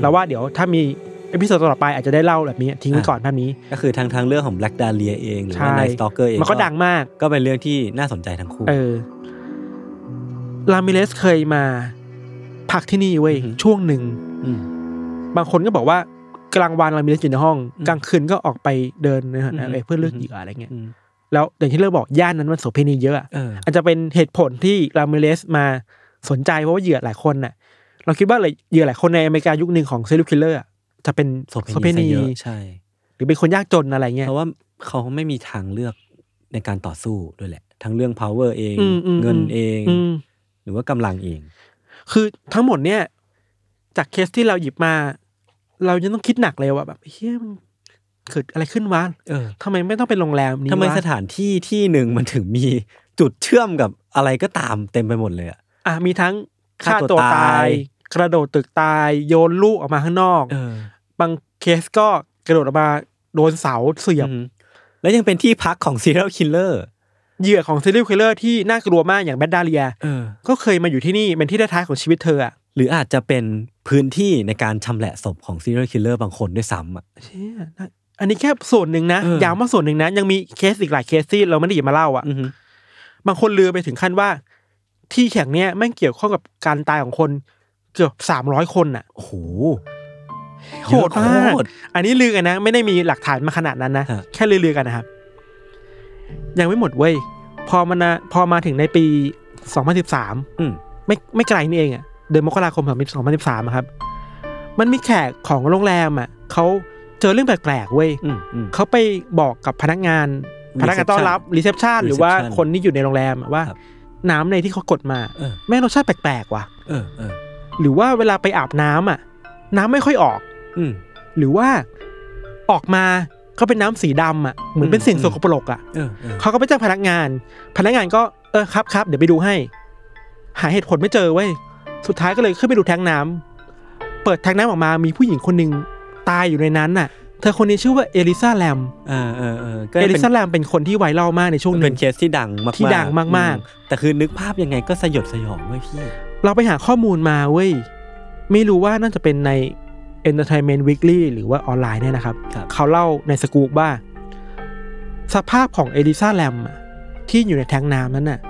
Speaker 3: เราว่าเดี๋ยวถ้ามีเอ อพิโซดต่อไปอาจจะได้เล่าแบบนี้ ทิ้งไว้ก่อนภาพนี้
Speaker 2: ก็คือทางทางเรื่องของแบล็กดาเลียเองหรือว่า
Speaker 3: ใช่
Speaker 2: นายสตอเกอร์เอง
Speaker 3: มันก็ดังมาก
Speaker 2: ก็เป็นเรื่องที่น่าสนใจทั้งคู่
Speaker 3: เออลามิเลสเคยมา พักที่นี่เว้ย
Speaker 2: อือหือ
Speaker 3: ช่วงหนึ่ง
Speaker 2: ม
Speaker 3: บางคนก็บอกว่ากลางวันลามิเลสอยู่ในห้อง
Speaker 2: อืม
Speaker 3: กลางคืนก็ออกไปเดินนะฮะ
Speaker 2: อือหือ
Speaker 3: เออเพื่อเลือกเหยื่ออะไรเงี้ย
Speaker 2: อืม
Speaker 3: แล้วอย่างที่เลิกบอกย่านนั้นมันโสเภณีเยอะอะ
Speaker 2: เออ
Speaker 3: อาจจะเป็นเหตุผลที่ลามิเลสมาสนใจเพราะว่าเหยื่อหลายคนน่ะ เราคิดว่าเหยื่อหลายคนในอเมริกายุคหนึ่งของเซลูคิลเลอร์จะเป็น
Speaker 2: โสเภณีซะเยอะใช่
Speaker 3: หรือเป็นคนยากจนอะไรเงี้ย
Speaker 2: เพราะว่าเขาไม่มีทางเลือกในการต่อสู้ด้วยแหละ ทั้งเรื่อง power เอง
Speaker 3: อืมอืม
Speaker 2: เงิน
Speaker 3: อืม
Speaker 2: เอง
Speaker 3: อืม
Speaker 2: หรือว่ากำลังเอง
Speaker 3: คือทั้งหมดเนี่ย จากเคสที่เราหยิบมา เรายังต้องคิดหนักเลยว่าแบบเฮ้ยมันเกิดอะไรขึ้นวะ
Speaker 2: เออ
Speaker 3: ทำไมไม่ต้องเป็นโรงแรมนี้
Speaker 2: ทำไม
Speaker 3: วะ
Speaker 2: สถานที่ที่หนึ่งมันถึงมีจุดเชื่อมกับอะไรก็ตามเต็มไปหมดเลยอะ
Speaker 3: อ่ะมีทั้ง
Speaker 2: ฆ่า
Speaker 3: ฆ่า
Speaker 2: ตัว
Speaker 3: ตัว
Speaker 2: ตา
Speaker 3: ตาย ย กระโดดตึกตายโยนลูกออกมาข้างนอก
Speaker 2: เออบ
Speaker 3: างเคสก็กระโดดออกมาโดนเสาเสียบ
Speaker 2: อืมแล้วยังเป็นที่พักของ serial killer
Speaker 3: เหยื่อของซีรีส์คิลเลอร์ที่น่ากลัวมากอย่างแบดดาเลีย
Speaker 2: เออ
Speaker 3: ก็เคยมาอยู่ที่นี่ เป็นที่ได้ท้ายของชีวิตเธออะ
Speaker 2: หรืออาจจะเป็นพื้นที่ในการชำแหละศพของ serial killer บางคนด้วยซ้ำอะ
Speaker 3: เชี่ยนะอันนี้แค่ส่วนหนึ่งนะ
Speaker 2: เออ
Speaker 3: ย้ำว่าส่วนหนึ่งนะยังมีเคสอีกหลายเคสที่เราไม่ได้หยิบมาเล่าอะ
Speaker 2: อือฮึ
Speaker 3: บางคนลือไปถึงขั้นว่า ที่แข่งเนี้ยแม่งเกี่ยวข้องกับการตายของคนเกือบสามร้อยคนน่ะ
Speaker 2: โอ้โห
Speaker 3: โหดมากอันนี้ลือกันนะ ไม่ได้มีหลักฐานมาขนาดนั้นนะ
Speaker 2: ฮะ
Speaker 3: แค่ลือๆกันนะครับ ยังไม่หมดเว้ยพอมานะพอมาถึงในปีสองพันสิบสาม
Speaker 2: อืม
Speaker 3: ไม่ไม่ไกลนี่เองอะ่ะเดือนมกราคมสองพันสิบสามครับ มันมีแขกของโรงแรมอะ่ะเขาเจอเรื่องแปลกๆเว้ย
Speaker 2: อืมอืม
Speaker 3: เขาไปบอกกับพนักงาน พนักงาน
Speaker 2: Reception
Speaker 3: ต้อนรับรีเซพชันหรือว่า
Speaker 2: Reception
Speaker 3: คนที่อยู่ในโรงแรมอะว่า
Speaker 2: ครับ
Speaker 3: น้ำในที่เขากดมา
Speaker 2: เออ
Speaker 3: แม่งรสชาติแปลกๆว่ะ
Speaker 2: เออเออ
Speaker 3: หรือว่าเวลาไปอาบน้ำอ่ะ น้ำไม่ค่อยออก
Speaker 2: อืม
Speaker 3: หรือว่าออกมาก็เป็นน้ำสีดำอ่ะเหมือนเป็นสิ่ง
Speaker 2: อืม
Speaker 3: สกปรกอ่ะ
Speaker 2: เออเออ
Speaker 3: เขาก็ไปแจ้งพนักงาน พนักงานก็เออครับครับเดี๋ยวไปดูให้ หาเหตุผลไม่เจอเว้ย สุดท้ายก็เลยขึ้นไปดูแทงน้ำ เปิดแทงน้ำออกมา มีผู้หญิงคนหนึ่งตายอยู่ในนั้นน่ะ เธอคนนี้ชื่อว่าเอลิซาแลม
Speaker 2: เออเออเออก็
Speaker 3: เอ
Speaker 2: เป็น
Speaker 3: ลิซาแลมเป็นคนที่ไวรัลมากในช่วงห
Speaker 2: เป็
Speaker 3: นึ่
Speaker 2: น
Speaker 3: ง
Speaker 2: เคสที่ดังมากๆ
Speaker 3: ที่ดังมากๆ
Speaker 2: อืแต่คือนึกภาพยังไงก็สยดสยองไว้ยพี่
Speaker 3: เราไปหาข้อมูลมาเว้ย ไม่รู้ว่าน่าจะเป็นใน Entertainment Weekly หรือว่าออนไลน์เนี่ยนะครับ
Speaker 2: ครับ
Speaker 3: เขาเล่าในสกูปว่า สภาพของเอลิซาแลมอะที่อยู่ในแทงน้ำนั้นน่ะ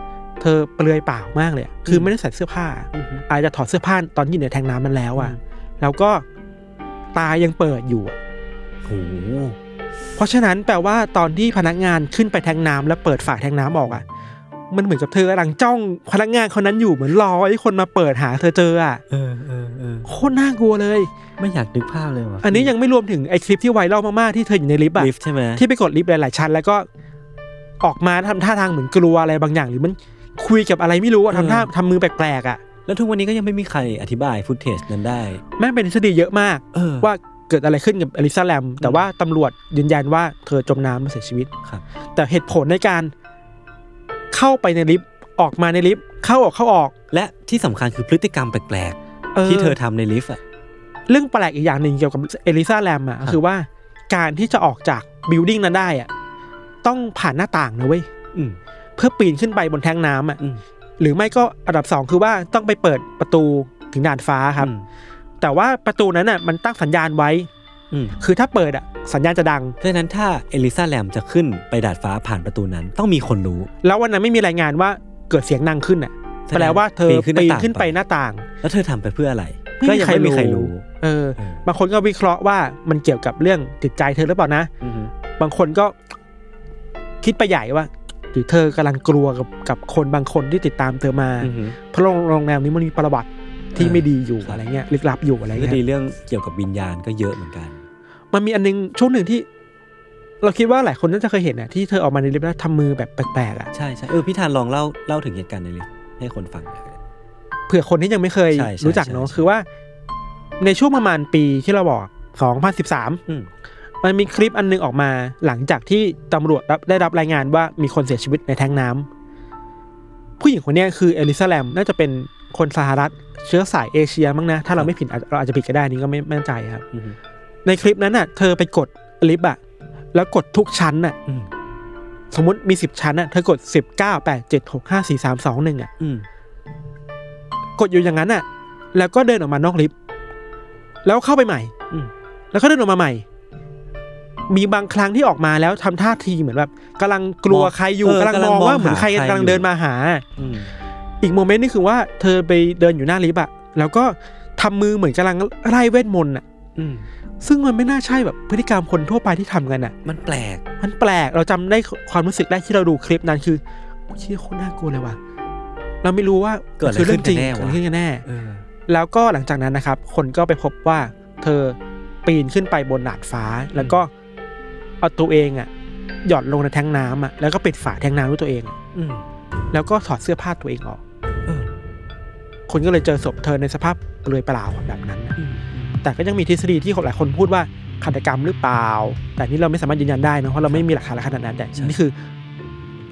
Speaker 3: เธอเปลือยเปล่ามากเลยอะคือไม่ได้ใส่เสื้อผ้า อาจจะถอดเสื้อผ้าตอนที่อยู่ในแทงน้ำนั้นแล้วอ่ะ
Speaker 2: อืม
Speaker 3: แล้วก็ตายังเปิดอยู่อะ
Speaker 2: โห
Speaker 3: เพราะฉะนั้นแปลว่าตอนที่พนักงานขึ้นไปแทงน้ำแล้วเปิดฝาแทงน้ำออกอ่ะ มันเหมือนกับเธอกำลังจ้องพนักงานคนนั้นอยู่เหมือนรอให้คนมาเปิดหาเธอเจออ่ะ
Speaker 2: เออเออเออ
Speaker 3: โคตรน่ากลัวเลย
Speaker 2: ไม่อยากนึกภาพเลยว่ะ
Speaker 3: อันนี้ยังไม่รวมถึงไอคลิปที่ไวรัลมากๆที่เธออยู่ในลิฟต์อ่ะ
Speaker 2: ลิฟต์ใช่ไหม
Speaker 3: ที่ไปกดลิฟต์หลายๆชั้น แล้วก็ออกมาทำท่าทางเหมือนกลัวอะไรบางอย่าง หรือมันคุยกับอะไรไม่รู้อะทำท่าทำมือแปลกๆอ่ะ
Speaker 2: แล้วทุกวันนี้ก็ยังไม่มีใครอธิบายฟุตเทจนั้นได้
Speaker 3: แม่งเป็นทฤษฎีเยอะมาก
Speaker 2: เออ
Speaker 3: ว่าเกิดอะไรขึ้นกับอลิซาแลม แต่ว่าตำรวจยืนยันว่าเธอจมน้ำและเสียชีวิต
Speaker 2: ครับ
Speaker 3: แต่เหตุผลในการเข้าไปในลิฟต์ออกมาในลิฟต์เข้าออกเข้าออก
Speaker 2: และที่สำคัญคือพฤติกรรมแปลกๆ ที่เธอทำในลิฟต์อ่ะ
Speaker 3: เรื่องแปลกอีกอย่างหนึ่งเกี่ยวกับเอลิซาแลมอ่ะ
Speaker 2: ครับ
Speaker 3: คือว่าการที่จะออกจากบิลดิ้งนั้นได้อ่ะต้องผ่านหน้าต่างนะเว้ย
Speaker 2: อืม
Speaker 3: เพื่อปีนขึ้นไปบนแทงน้ำอ่ะ
Speaker 2: อืม
Speaker 3: หรือไม่ก็อันดับสองคือว่าต้องไปเปิดประตูถึงด่านฟ้าครับ
Speaker 2: อืม
Speaker 3: แต่ว่าประตูนั้นอ่ะมันตั้งสัญญาณไว้
Speaker 2: อืม
Speaker 3: คือถ้าเปิดอ่ะสัญญาณจะดัง
Speaker 2: เพราะฉะนั้นถ้าเอลิซาแลมจะขึ้นไปดาดฟ้าผ่านประตูนั้นต้องมีคนรู้
Speaker 3: แล้ววันนั้นไม่มีรายงานว่าเกิดเสียงดังขึ้นอ่ะ
Speaker 2: แสดง
Speaker 3: แปลว่าเธอ
Speaker 2: ปีนขึ้นหน้าต่า
Speaker 3: ปีน
Speaker 2: ง
Speaker 3: ขึ้นไป
Speaker 2: ไป
Speaker 3: หน้าต่าง
Speaker 2: แล้วเธอทำไปเพื่ออะไร ก็ยังไม่มีใครรู้
Speaker 3: เออ
Speaker 2: เออ
Speaker 3: บางคนก็วิเคราะห์ว่ามันเกี่ยวกับเรื่องจิตใจเธอหรือเปล่านะ
Speaker 2: อือฮึ
Speaker 3: บางคนก็คิดไปใหญ่ว่า หรือเธอกำลังกลัวกับกับคนบางคนที่ติดตามเธอมา
Speaker 2: อือฮึ
Speaker 3: เพราะโรงแรมนี้มันมีประวัติที่
Speaker 2: เออ
Speaker 3: ไม่ดีอยู่
Speaker 2: ครับ
Speaker 3: อะไรเงี้ยลึกลับอยู่อะไร
Speaker 2: ก็
Speaker 3: เงี้
Speaker 2: ดี
Speaker 3: ย
Speaker 2: เรื่องเกี่ยวกับวิญญาณก็เยอะเหมือนกัน
Speaker 3: มันมีอันนึงช่วงหนึ่งที่ เราคิดว่าหลายคนน่าจะเคยเห็นอ่ะที่เธอออกมาในลิฟต์แล้วทำมือแบบแปลกๆอ่ะ
Speaker 2: ใช่ใช่เออพี่ธานลองเล่าเล่าถึงเหตุการณ์ในลิฟต์ให้คนฟังหน่อย
Speaker 3: เผื่อคนที่ยังไม่เคย
Speaker 2: ใช่ใช่
Speaker 3: รู้จักเนาะ
Speaker 2: ใช่
Speaker 3: คือว่า ในช่วงประมาณปีที่เราบอกสองพันสิบสาม
Speaker 2: อืม
Speaker 3: มันมีคลิปอันหนึงออกมาหลังจากที่ตำรวจรับได้รับรายงานว่ามีคนเสียชีวิตในแท้งน้ำผู้หญิงคนเนี้ยคือเอลิซาแลมน่าจะเป็นคนสหรัฐเชื้อสายเอเชียมั้งนะ ถ้าเราไม่ผิดอาจเราอาจจะผิดก็ได้นี่ก็ไม่ไม่แน่ใจครับ
Speaker 2: อืม
Speaker 3: ในคลิปนั้นน่ะเธอไปกดลิฟต์อะแล้วกดทุกชั้นน่ะ
Speaker 2: อืม
Speaker 3: สมมติมี 10 ชั้นน่ะเธอกด 10 9 8 7 6 5 4 3 2 1อ่ะ
Speaker 2: อืม
Speaker 3: กดอยู่อย่างนั้นน่ะแล้วก็เดินออกมานอกลิฟต์แล้วเข้าไปใหม่
Speaker 2: อืม
Speaker 3: แล้วก็เดินออกมาใหม่ มีบางครั้งที่ออกมาแล้วทำท่าทีเหมือนแบบกำลังกลัว
Speaker 2: มอง
Speaker 3: ใครอยู่
Speaker 2: เออก
Speaker 3: ำลัง
Speaker 2: กำลัง
Speaker 3: มอง
Speaker 2: มอง
Speaker 3: ว่าเหมือน
Speaker 2: หา
Speaker 3: ใคร
Speaker 2: ใคร
Speaker 3: กำลั
Speaker 2: อยู่
Speaker 3: งเดินมาหา
Speaker 2: อืม
Speaker 3: อีกโมเมนต์นึงคือว่าเธอไปเดินอยู่หน้าลิฟต์อะแล้วก็ทำมือเหมือนกำลังไล่เวทมนต์อะ
Speaker 2: อืม
Speaker 3: ซึ่งมันไม่น่าใช่แบบพฤติกรรมคนทั่วไปที่ทำกันอะ
Speaker 2: มันแปลก
Speaker 3: มันแปลก เราจำได้ความรู้สึกแรกที่เราดูคลิปนั้นคือโอ้ยเชี่ยโคตรน่ากลัวเลยว่ะ เราไม่รู้ว่า
Speaker 2: เกิดอะไร
Speaker 3: คืเรื่องจริง
Speaker 2: ขึ้น
Speaker 3: เกิ
Speaker 2: กัน
Speaker 3: ด
Speaker 2: แน่วะ
Speaker 3: ขึ้นกันแน่
Speaker 2: เออ
Speaker 3: แล้วก็หลังจากนั้นนะครับ คนก็ไปพบว่าเธอปีนขึ้นไปบนดาดฟ้า แล้วก็เอาตัวเองอะหย่อนลงในแทงน้ำอะแล้วก็ปิดฝาแทงน้ำด้วยตัวเองอะ
Speaker 2: อืม
Speaker 3: แล้วก็ถอดเสื้อผ้าตัวเองออก
Speaker 2: เออ
Speaker 3: คนก็เลยเจอศพเธอในสภาพเปลือยเปล่าแบบนั้นนะ
Speaker 2: อืม
Speaker 3: แต่ก็ยังมีทฤษฎีที่หลายคนพูดว่าฆาตกรรมหรือเปล่า แต่นี่เราไม่สามารถยืนยันได้นะเพราะเราไม่มีหลักฐานอะไรขนาดนั้นแต่นี่คือ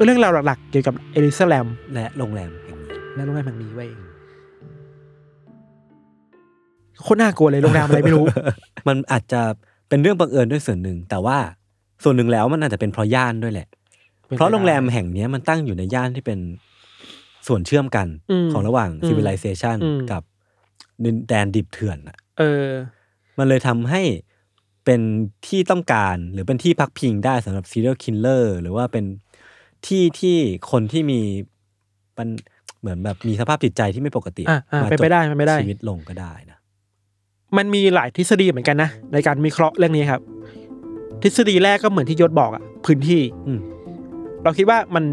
Speaker 3: เรื่องราวหลักๆ เกี่ยวกับเอลิซาแลม
Speaker 2: และโรงแรมแห่งนี้
Speaker 3: และโรงแรมแห่งนี้ไว้ยโคตรน่ากลัวเลยโรงแรมอะไรไม่รู้
Speaker 2: มันอาจจะเป็นเรื่องบังเอิญด้วยส่วนหนึ่ง แต่ว่าส่วนหนึ่งแล้วมันอาจจะเป็นเพราะย่านด้วยแหละ เพราะโรงแรมแห่งเนี้ยมันตั้งอยู่ในย่านที่เป็นส่วนเชื่อมกัน
Speaker 3: อืม
Speaker 2: ของระหว่าง
Speaker 3: อืม
Speaker 2: civilization
Speaker 3: อืม
Speaker 2: กับดินแดนดิบเถื่อนน่ะ
Speaker 3: เออ
Speaker 2: มันเลยทำให้เป็นที่ต้องการหรือเป็นที่พักพิงได้สำหรับ serial killer หรือว่าเป็นที่ที่คนที่มีมันเหมือนแบบมีสภาพจิตใจที่ไม่ปกติ
Speaker 3: อ่ะอ่ะ
Speaker 2: มา
Speaker 3: เป็นไปได้
Speaker 2: จบ
Speaker 3: เป็นไปได้
Speaker 2: ชีวิตลงก็ได้นะ
Speaker 3: มันมีหลายทฤษฎีเหมือนกันนะ ในการวิเคราะห์เรื่องนี้ครับ ทฤษฎีแรกก็เหมือนที่ยศบอกอะพื้นที่
Speaker 2: อืม
Speaker 3: เราคิดว่ามัน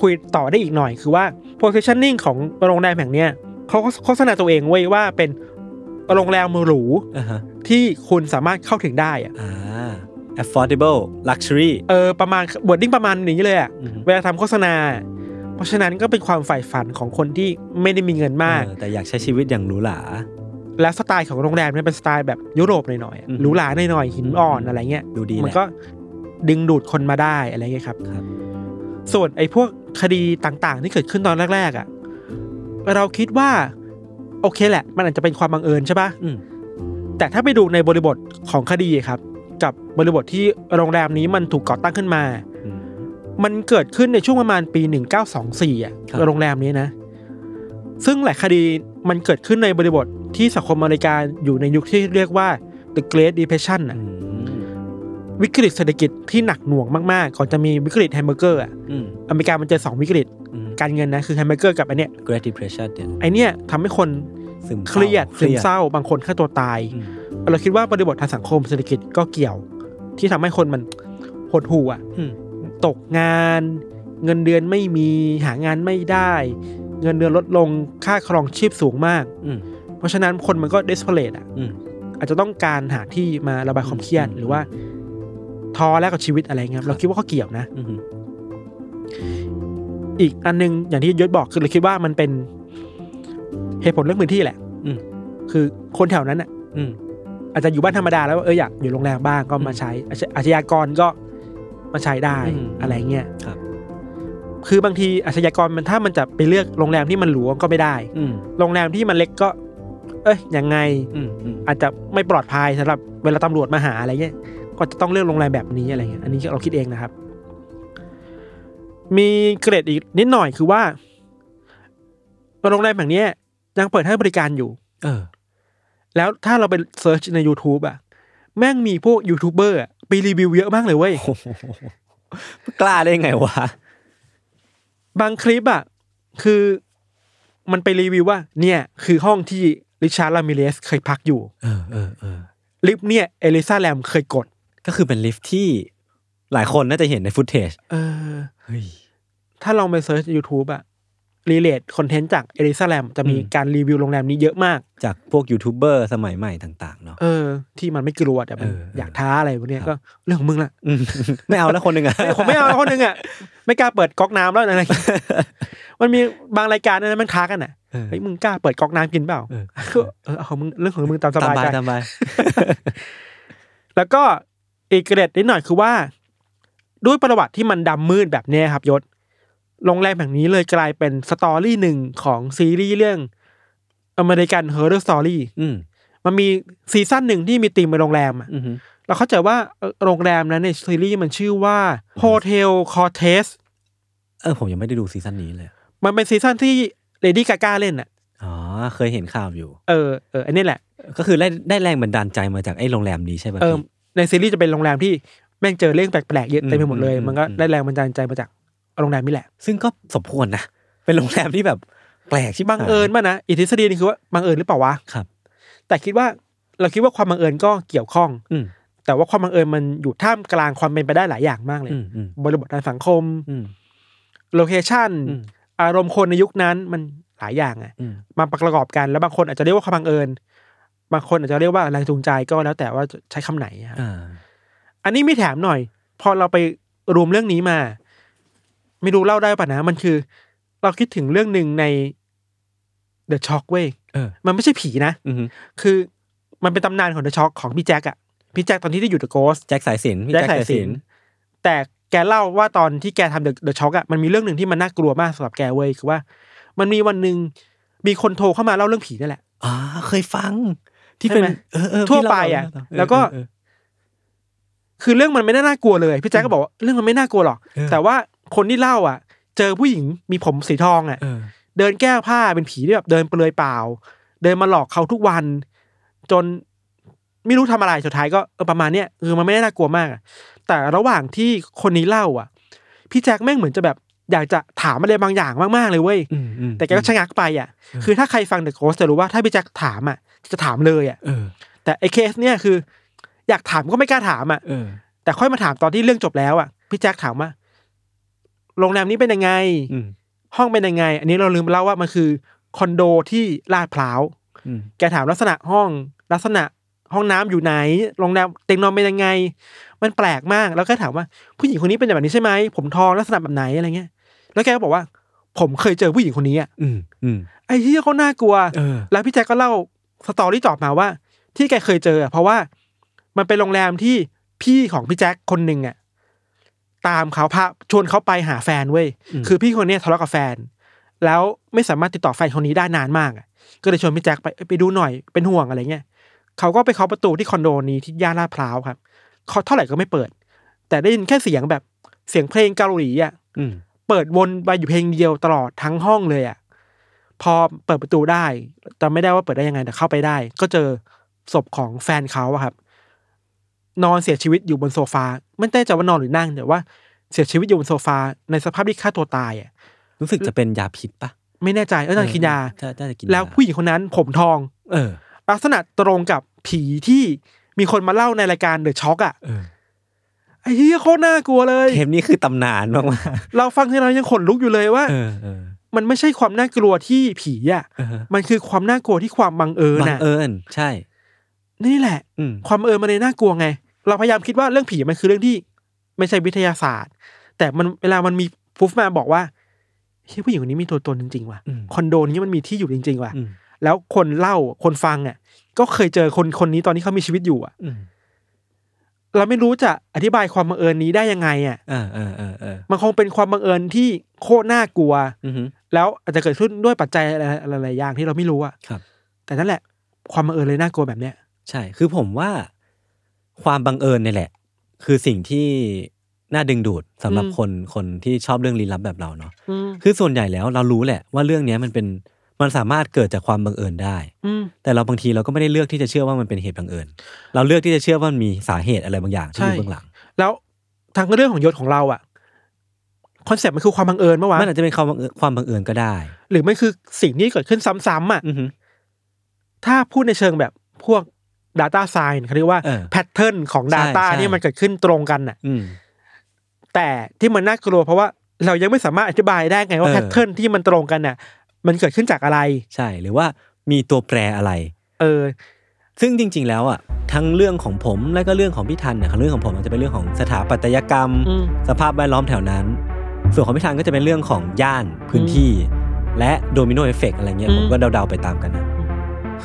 Speaker 3: คุยต่อได้อีกหน่อย คือว่า positioning ของโรงแรมแห่งเนี้ยเขาโฆษณาตัวเองไว้ยว่าเป็นโรงแรมหรู
Speaker 2: อ่าฮะ
Speaker 3: ที่คุณสามารถเข้าถึงได้อะ
Speaker 2: อ่า affordable luxury
Speaker 3: เออประมาณบวดดิ้งประมาณนี้เลยอะ
Speaker 2: อือฮึ
Speaker 3: เวลาทำโฆษณา เพราะฉะนั้นก็เป็นความใฝ่ฝันของคนที่ไม่ได้มีเงินมาก
Speaker 2: เออแต่อยากใช้ชีวิตอย่างหรูหรา
Speaker 3: แล้วสไตล์ของโรงแรมเนี่ยเป็นสไตล์แบบยุโรปหน่อยๆอะ
Speaker 2: อืม
Speaker 3: หรูหราหน่อยๆหินอ่อนอะไรเงี้ย
Speaker 2: ดูดีแหละ
Speaker 3: มันก็ดึงดูดคนมาได้อะไรเงี้ยครับ
Speaker 2: ครับ
Speaker 3: ส่วนไอ้พวกคดีต่างๆ ที่เกิดขึ้นตอนแรกๆอะ่ะเราคิดว่า โอเคแหละ มันอาจจะเป็นความบังเอิญใช่ปะ
Speaker 2: อืม
Speaker 3: แต่ถ้าไปดูในบริบทของคดีครับ กับบริบทที่โรงแรมนี้มันถูกก่อตั้งขึ้นมา
Speaker 2: อืม
Speaker 3: มันเกิดขึ้นในช่วงประมาณปี 1924อ่ะ
Speaker 2: ครับ
Speaker 3: โรงแรมนี้นะ ซึ่งหลายคดีมันเกิดขึ้นในบริบทที่สังคมอเมริกาอยู่ในยุคที่เรียกว่า The Great Depression น่ะ
Speaker 2: อืม
Speaker 3: วิกฤตเศรษฐกิจที่หนักหน่วงมากๆก่อนจะมีวิกฤตแฮมเบอร์เกอร์อ่ะ
Speaker 2: อืม
Speaker 3: อเมริกามันเจอสองวิกฤต
Speaker 2: อืม
Speaker 3: การเงินนะคือแฮมเบอร์เกอร์กับไอเนี้ย
Speaker 2: Great Depression เนี่ย
Speaker 3: ไอเนี้ยทำให้คน
Speaker 2: ซึมศา
Speaker 3: เครียดซึมเศร้าบางคนฆ่าตัวตาย
Speaker 2: อืม
Speaker 3: เราคิดว่าบริบททางสังคมเศรษฐกิจก็เกี่ยว ที่ทำให้คนมันหดหู่อ่ะ
Speaker 2: อืม
Speaker 3: ตกงาน เงินเดือนไม่มีหางานไม่ได้ เงินเดือนลดลงค่าครองชีพสูงมาก
Speaker 2: อืม
Speaker 3: เพราะฉะนั้นคนมันก็ desperate อ่ะ
Speaker 2: อืม
Speaker 3: อาจจะต้องการหาที่มาระบายความเครียด
Speaker 2: อืม
Speaker 3: หรือว่าท้อแล้วกับชีวิตอะไรเงี้ย
Speaker 2: ครับ
Speaker 3: เราคิดว่าเขาเกี่ยวนะ
Speaker 2: อืม
Speaker 3: อีกอันนึงอย่างที่ยศบอกคือเราคิดว่ามันเป็นเหตุผลเรื่องพื้นที่แหละ
Speaker 2: อืม
Speaker 3: คือคนแถวนั้นอ่ะ
Speaker 2: อืม
Speaker 3: อาจจะอยู่บ้านธรรมดาแล้วเอออยากอยู่โรงแรมบ้างก็มาใช้อาชอาชญากรก็มาใช้ได้
Speaker 2: อืม
Speaker 3: อะไรเงี้ย
Speaker 2: ครับ
Speaker 3: คือบางทีอาชญากรมันถ้ามันจะไปเลือกโรงแรมที่มันหรูก็ไม่ได้
Speaker 2: อืม
Speaker 3: โรงแรมที่มันเล็กก็ เอ้ยยังไง
Speaker 2: อืมอืม
Speaker 3: อาจจะไม่ปลอดภัยสำหรับเวลาตำรวจมาหาอะไรเงี้ยก็จะต้องเลือกโรงแรมแบบนี้อะไรเงี้ยอันนี้เราคิดเองนะครับ มีเกรดอีกนิดหน่อยคือว่าโรงแรมแห่งเนี้ยยังเปิดให้บริการอยู่
Speaker 2: เออ
Speaker 3: แล้วถ้าเราไปเซิร์ชใน YouTube อะแม่งมีพวกยูทูบเบอร์อะไปรีวิวเยอะมากเลยเว้ย
Speaker 2: กล้าได้ไงวะ
Speaker 3: บางคลิปอะคือมันไปรีวิวว่า เนี่ยคือห้องที่ริชาร์ดลามิเลสเคยพักอยู่
Speaker 2: เออเออเออ
Speaker 3: ลิฟต์เนี่ย เอลิซาแลมเคยกด
Speaker 2: ก็คือเป็นลิฟท์ที่หลายคนน่าจะเห็นในฟุตเทจ
Speaker 3: เออ
Speaker 2: เฮ้ย
Speaker 3: ถ้าลองไปเซิร์ช YouTube อะรีเลทคอนเทนต์จากเอลิซาแลมจะมี
Speaker 2: อืม
Speaker 3: การรีวิวโรงแรมนี้เยอะมาก
Speaker 2: จากพวกยูทูบเบอร์สมัยใหม่ต่าง ๆ เนาะ
Speaker 3: เออ ที่มันไม่กลัวแต่มัน
Speaker 2: เออเออ
Speaker 3: อ
Speaker 2: อ
Speaker 3: ยากท้าอะไรพวกเนี้ยก็เรื่องของมึงละ
Speaker 2: อืมไม่เอาแล้วคนหนึ่งอะ
Speaker 3: ไม่ผมไม่เอาคนหนึ่งอ่ะ ไม่กล้าเปิดก๊อกน้ำแล้วอะไร มันมีบางรายการนะมันท้ากันอ่ะ
Speaker 2: เออ
Speaker 3: เฮ้ยมึงกล้าเปิดก๊อกน้ำกินเปล่า
Speaker 2: เออ
Speaker 3: ก็เออเอาของมึงเรื่องของมึงตามส
Speaker 2: ตาม
Speaker 3: บาย
Speaker 2: บาย
Speaker 3: ใจ
Speaker 2: ตามบาย
Speaker 3: แล้วก็อีกเกร็ดนิดหน่อยคือว่า ด้วยประวัติที่มันดำมืดแบบเนี้ยครับยศโรงแรมแห่งนี้เลยกลายเป็นสตอรี่หนึ่งของซีรีส์เรื่องอเมริกันเฮอร์เรอร์สตอรี่
Speaker 2: อืม
Speaker 3: มันมีซีซั่นหนึ่งที่มีธีมเป็นโรงแรมอะ
Speaker 2: อืม
Speaker 3: เราเข้าใจว่าเอ่อโรงแรมนั้นในซีรีส์มันชื่อว่าโฮเทลคอเทส
Speaker 2: เออผมยังไม่ได้ดูซีซั่นนี้เลย
Speaker 3: มันเป็นซีซั่นที่เลดี้กาก้าเล่นน่ะ
Speaker 2: อ๋อ เคยเห็นข่าวอยู่
Speaker 3: เออเอออันนี้แหละ
Speaker 2: ก็คือได้ได้แรงบันดาลใจมาจากไอ้โรงแรมนี้ใช่ป่ะ
Speaker 3: เอ
Speaker 2: พี่
Speaker 3: อในซีรีส์จะเป็นโรงแรมที่แม่งเจอเรื่องแปลกๆเยอะเต็มไปหมดเลย
Speaker 2: อืม
Speaker 3: มันก็
Speaker 2: อืม
Speaker 3: ได้แรงบันดาลใจมาจากโรงแรมนี่แหละ
Speaker 2: ซึ่งก็สมควรนะ เป็นโรงแรมที่แบบแปลกชิบหาย
Speaker 3: บังเอิญป่ะนะอิทธิสดีนี่คือว่าบังเอิญหรือเปล่าวะ
Speaker 2: ครับ
Speaker 3: แต่คิดว่าเราคิดว่าความบังเอิญก็เกี่ยวข้อง
Speaker 2: อืม
Speaker 3: แต่ว่าความบังเอิญมันอยู่ท่ามกลางความเป็นไปได้หลายอย่างมากเลย
Speaker 2: อืมอืม
Speaker 3: บริบททางสังคม
Speaker 2: อืม
Speaker 3: โลเคชั่น
Speaker 2: อืม
Speaker 3: อารมณ์คนในยุคนั้นมันหลายอย่างอะ
Speaker 2: อืม
Speaker 3: มาประกอบกันแล้วบางคนอาจจะเรียกว่าความบังเอิญ บางคนอาจจะเรียกว่าแรงจูงใจก็แล้วแต่ว่าจะใช้คำไหนอะ
Speaker 2: อ่า
Speaker 3: อันนี้มีแถมหน่อย พอเราไปรวมเรื่องนี้มา ไม่รู้เล่าได้ป่ะนะมันคือ เราคิดถึงเรื่องหนึ่งในเดอะช็อกเว้ย
Speaker 2: เออ
Speaker 3: มันไม่ใช่ผีนะ
Speaker 2: อืม
Speaker 3: คือมันเป็นตำนานของเดอะช็อกของพี่แจ็คอะพี่แจ็คตอนที่ได้อยู่เดอะโกส
Speaker 2: แจ็คสายสินพี่
Speaker 3: แจ็คสายสิน แต่แกเล่าว่าตอนที่แกทำเดอะช็อกอะมันมีเรื่องหนึ่งที่มันน่ากลัวมากสำหรับแกเว้ยคือว่า มันมีวันหนึ่งมีคนโทรเข้ามาเล่าเรื่องผีนั่นแหละ
Speaker 2: อ่าเคยฟัง ที่เป็น
Speaker 3: ใช่ไหม
Speaker 2: เออเออ
Speaker 3: ทั่ว
Speaker 2: พี่เล่า
Speaker 3: ไปอะ
Speaker 2: เาเาเา
Speaker 3: แล้วก็
Speaker 2: เออ
Speaker 3: คือเรื่องมันไม่ได้น่ากลัวเลยพี่แจ็คก็บอกว่าเรื่องมันไม่น่ากลัวหรอก
Speaker 2: เออ
Speaker 3: แต่ว่าคนที่เล่าอะเจอผู้หญิงมีผมสีทองอะ
Speaker 2: เออ
Speaker 3: เดินแก้ผ้าเป็นผีที่แบบเดินเปลือยเปล่า เดินมาหลอกเขาทุกวัน จนไม่รู้ทำอะไรสุดท้ายก็เออประมาณเนี้ยคือมันไม่ได้น่ากลัวมากอะแต่ระหว่างที่คนนี้เล่าอะพี่แจ็คแม่งเหมือนจะแบบ อยากจะถามอะไรบางอย่างมากๆเลยเว้ย
Speaker 2: อืมอืม
Speaker 3: แต่แกก็ชะงักไปอ่ะ คือถ้าใครฟังเดอะโ s สจะรู้ว่าถ้าพี่แจ็คถามอ่ะ จะถามเลยอ่ะ
Speaker 2: เออ
Speaker 3: แต่ไอ้เคสเนี่ยคือ อยากถามก็ไม่กล้าถามอ่ะ
Speaker 2: เออ
Speaker 3: แต่ค่อยมาถามตอนที่เรื่องจบแล้วอ่ะ พี่แจ็คถามว่า โรงแรมนี้เป็นยังไง
Speaker 2: อืม
Speaker 3: ห้องเป็นยังไง อันนี้เราลืมเล่าว่ามันคือคอนโดที่ลาดพร้าว
Speaker 2: อืม
Speaker 3: แกถามลักษณะห้อง ลักษณะห้องน้ำอยู่ไหน โรงแรมเตียงนอนเป็นยังไง มันแปลกมาก แล้วก็ถามว่าผู้หญิงคนนี้เป็นแบบนี้ใช่ไหม ผมทองลักษณะแบบไหนอะไรเงี้ย แล้วแกก็บอกว่า ผมเคยเจอผู้หญิงคนนี้อ่ะ
Speaker 2: อืมอืม
Speaker 3: ไอ้ที่เขาน่ากลัว
Speaker 2: เออ
Speaker 3: แล้วพี่แจ็คก็เล่าสตอรี่ตอบมาว่า ที่แกเคยเจออะเพราะว่ามันเป็นโรงแรมที่พี่ของพี่แจ็คคนหนึ่งอ่ะตามเขาพาชวนเขาไปหาแฟนเว้ย
Speaker 2: อืม
Speaker 3: คือพี่คนเนี้ยทะเลาะกับแฟน แล้วไม่สามารถติดต่อแฟนคนนี้ได้นานมากอะก็เลยชวนพี่แจ็คไปเอ้ยไปดูหน่อยเป็นห่วงอะไรเงี้ยเขาก็ไปเคาะประตูที่คอนโดนี้ที่ย่านลาดพร้าวครับเคาะเท่าไหร่ก็ไม่เปิด แต่ได้ยินแค่เสียงแบบเสียงเพลงเกาหลีอ่ะ
Speaker 2: อืม
Speaker 3: เปิดวนไปอยู่เพลงเดียวตลอดทั้งห้องเลยอะ่ะ พอเปิดประตูได้จำไม่ได้ว่าเปิดได้ยังไงแต่เข้าไปได้ ก็เจอศพของแฟนเขาอะครับ นอนเสียชีวิตอยู่บนโซฟาไม่แน่ใจว่านอนหรือนั่งแต่ว่าเสียชีวิตอยู่บนโซฟาในสภาพที่ฆ่าตัวตายอะ่ะ
Speaker 2: รู้สึกจะเป็นยาพิษปะ
Speaker 3: ไม่แน่ใจเออน่าจะกินยา
Speaker 2: ใช่น่าจะกินยา
Speaker 3: แล้วผู้หญิงคนนั้นผมทอง
Speaker 2: เออ
Speaker 3: ลักษณะตรงกับผีที่มีคนมาเล่าในรายการเดอะช็อกอ่ะ
Speaker 2: เออ
Speaker 3: ไอ้เหี้ยโคตรน่ากลัวเลย
Speaker 2: เทปนี้คือตำนานมากๆ
Speaker 3: เราฟังทีเรายังขนลุกอยู่เลยว่า
Speaker 2: เออเออ
Speaker 3: มันไม่ใช่ความน่ากลัวที่ผีอ่ะ
Speaker 2: เออ
Speaker 3: มันคือความน่ากลัวที่ความบังเอิญ
Speaker 2: บัง
Speaker 3: น่ะ
Speaker 2: เอิญใช่
Speaker 3: นี่แหละ
Speaker 2: อืม
Speaker 3: ความบังเอิญมันเลยน่ากลัวไง เราพยายามคิดว่าเรื่องผีมันคือเรื่องที่ไม่ใช่วิทยาศาสตร์ แต่มันเวลามันมีพูฟมาบอกว่าเฮ้ยผู้หญิงคนนี้มีตัวตนจริง ๆ ว่ะ
Speaker 2: อืม
Speaker 3: คอนโดนี้มันมีที่อยู่จริง ๆ ว่ะ
Speaker 2: อืม
Speaker 3: แล้วคนเล่าคนฟังอ่ะ ก็เคยเจอคนคนนี้ตอนที่เขามีชีวิตอยู่อ่ะ
Speaker 2: อืม
Speaker 3: เราไม่รู้จะอธิบายความบังเอิญนี้ได้ยังไงอ่ะ
Speaker 2: อ่าเออเออเออ
Speaker 3: มันคงเป็นความบังเอิญที่โคตรน่ากลัว
Speaker 2: อือหือ
Speaker 3: แล้วอาจจะเกิดขึ้นด้วยปัจจัยอะไรหลายๆอย่างที่เราไม่รู้อ่ะ
Speaker 2: ครับ
Speaker 3: แต่นั่นแหละ ความบังเอิญเลยน่ากลัวแบบเนี้ย
Speaker 2: ใช่ คือผมว่าความบังเอิญเนี่ยแหละ คือสิ่งที่น่าดึงดูดสำหรับ
Speaker 3: อืม
Speaker 2: คนคนที่ชอบเรื่องลี้ลับแบบเราเนาะ
Speaker 3: อืม
Speaker 2: คือส่วนใหญ่แล้วเรารู้แหละว่าเรื่องเนี้ยมันเป็นมันสามารถเกิดจากความบังเอิญได้
Speaker 3: อืม
Speaker 2: แต่เราบางทีเราก็ไม่ได้เลือกที่จะเชื่อว่ามันเป็นเหตุบังเอิญเราเลือกที่จะเชื่อว่ามันมีสาเหตุอะไรบางอย่างที่อยู่
Speaker 3: ใช่
Speaker 2: เบื้องหลัง
Speaker 3: แล้วทางเรื่องของยศของเราอ่ะคอนเซ็ปต์มันคือความบังเอิญเมื่อวา
Speaker 2: มันอาจจะเป็นความบังเอิญความบังเอิญก็ได้
Speaker 3: หรือไม่คือสิ่งที่เกิดขึ้นซ้ำๆอ่ะ
Speaker 2: อือหือ
Speaker 3: ถ้าพูดในเชิงแบบพวก Data s c i e n c e เขาเรียกว่า
Speaker 2: เออ
Speaker 3: แพทเทิร์นของ
Speaker 2: ใช่
Speaker 3: Data
Speaker 2: ใช่
Speaker 3: เนี่ยมันเกิดขึ้นตรงกันน่ะ
Speaker 2: อืม
Speaker 3: แต่ที่มันน่ากลัวเพราะว่าเรายังไม่สามารถอธิบายได้ไงว่า
Speaker 2: เออ
Speaker 3: แพทเทิร์นที่มันตรงกันน่ะ มันเกิดขึ้นจากอะไร
Speaker 2: ใช่หรือว่ามีตัวแปรอะไร
Speaker 3: เออ
Speaker 2: ซึ่งจริง ๆ แล้วอ่ะทั้งเรื่องของผมและก็เรื่องของพี่ทันนะครับเรื่องของผมมันจะเป็นเรื่องของสถาปัตยกรรม
Speaker 3: อืม
Speaker 2: สภาพแวดล้อมแถวนั้น ส่วนของพี่ทันก็จะเป็นเรื่องของย่านพื้นที่ และโดมิโนเอฟเฟกอะไรเงี้ย
Speaker 3: อืม
Speaker 2: ผมก็เดาๆไปตามกันนะ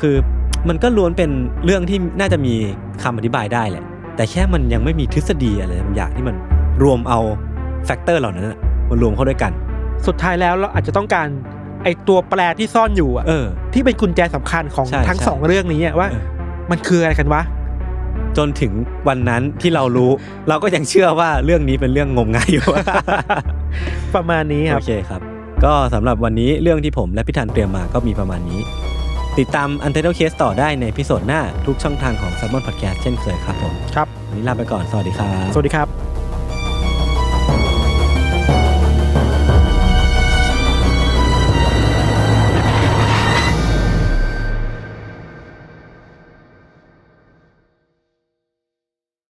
Speaker 2: คือมันก็ล้วนเป็นเรื่องที่น่าจะมีคำอธิบายได้แหละ แต่แค่มันยังไม่มีทฤษฎีอะไรบางอย่างที่มันรวมเอาแฟกเตอร์เหล่านั้นอะมารวมเข้าด้วยกัน
Speaker 3: สุดท้ายแล้วเราอาจจะต้องการไอตัวแปรที่ซ่อนอยู่อ่ะ
Speaker 2: เออ
Speaker 3: ที่เป็นกุญแจสำคัญของ
Speaker 2: ใช่
Speaker 3: ทั้ง
Speaker 2: ใช่
Speaker 3: สองเรื่องนี้อะว่า
Speaker 2: เออ
Speaker 3: มันคืออะไรกันวะ
Speaker 2: จนถึงวันนั้นที่เรารู้ เราก็ยังเชื่อว่าเรื่องนี้เป็นเรื่องงมงายอยู่
Speaker 3: ประมาณนี้ค
Speaker 2: โอ
Speaker 3: รับ
Speaker 2: เคครับ ก็สำหรับวันนี้เรื่องที่ผมและพี่ธันเตรียมมาก็มีประมาณนี้ ติดตาม Untitled Case ต่อได้ในพิโซดหน้าทุกช่องทางของ s ซ m o n Podcast เช่นเคยครับผม
Speaker 3: ครับ
Speaker 2: วันนี้ลาไปก่อนสวัสดีครับ
Speaker 3: สวัสดีครับ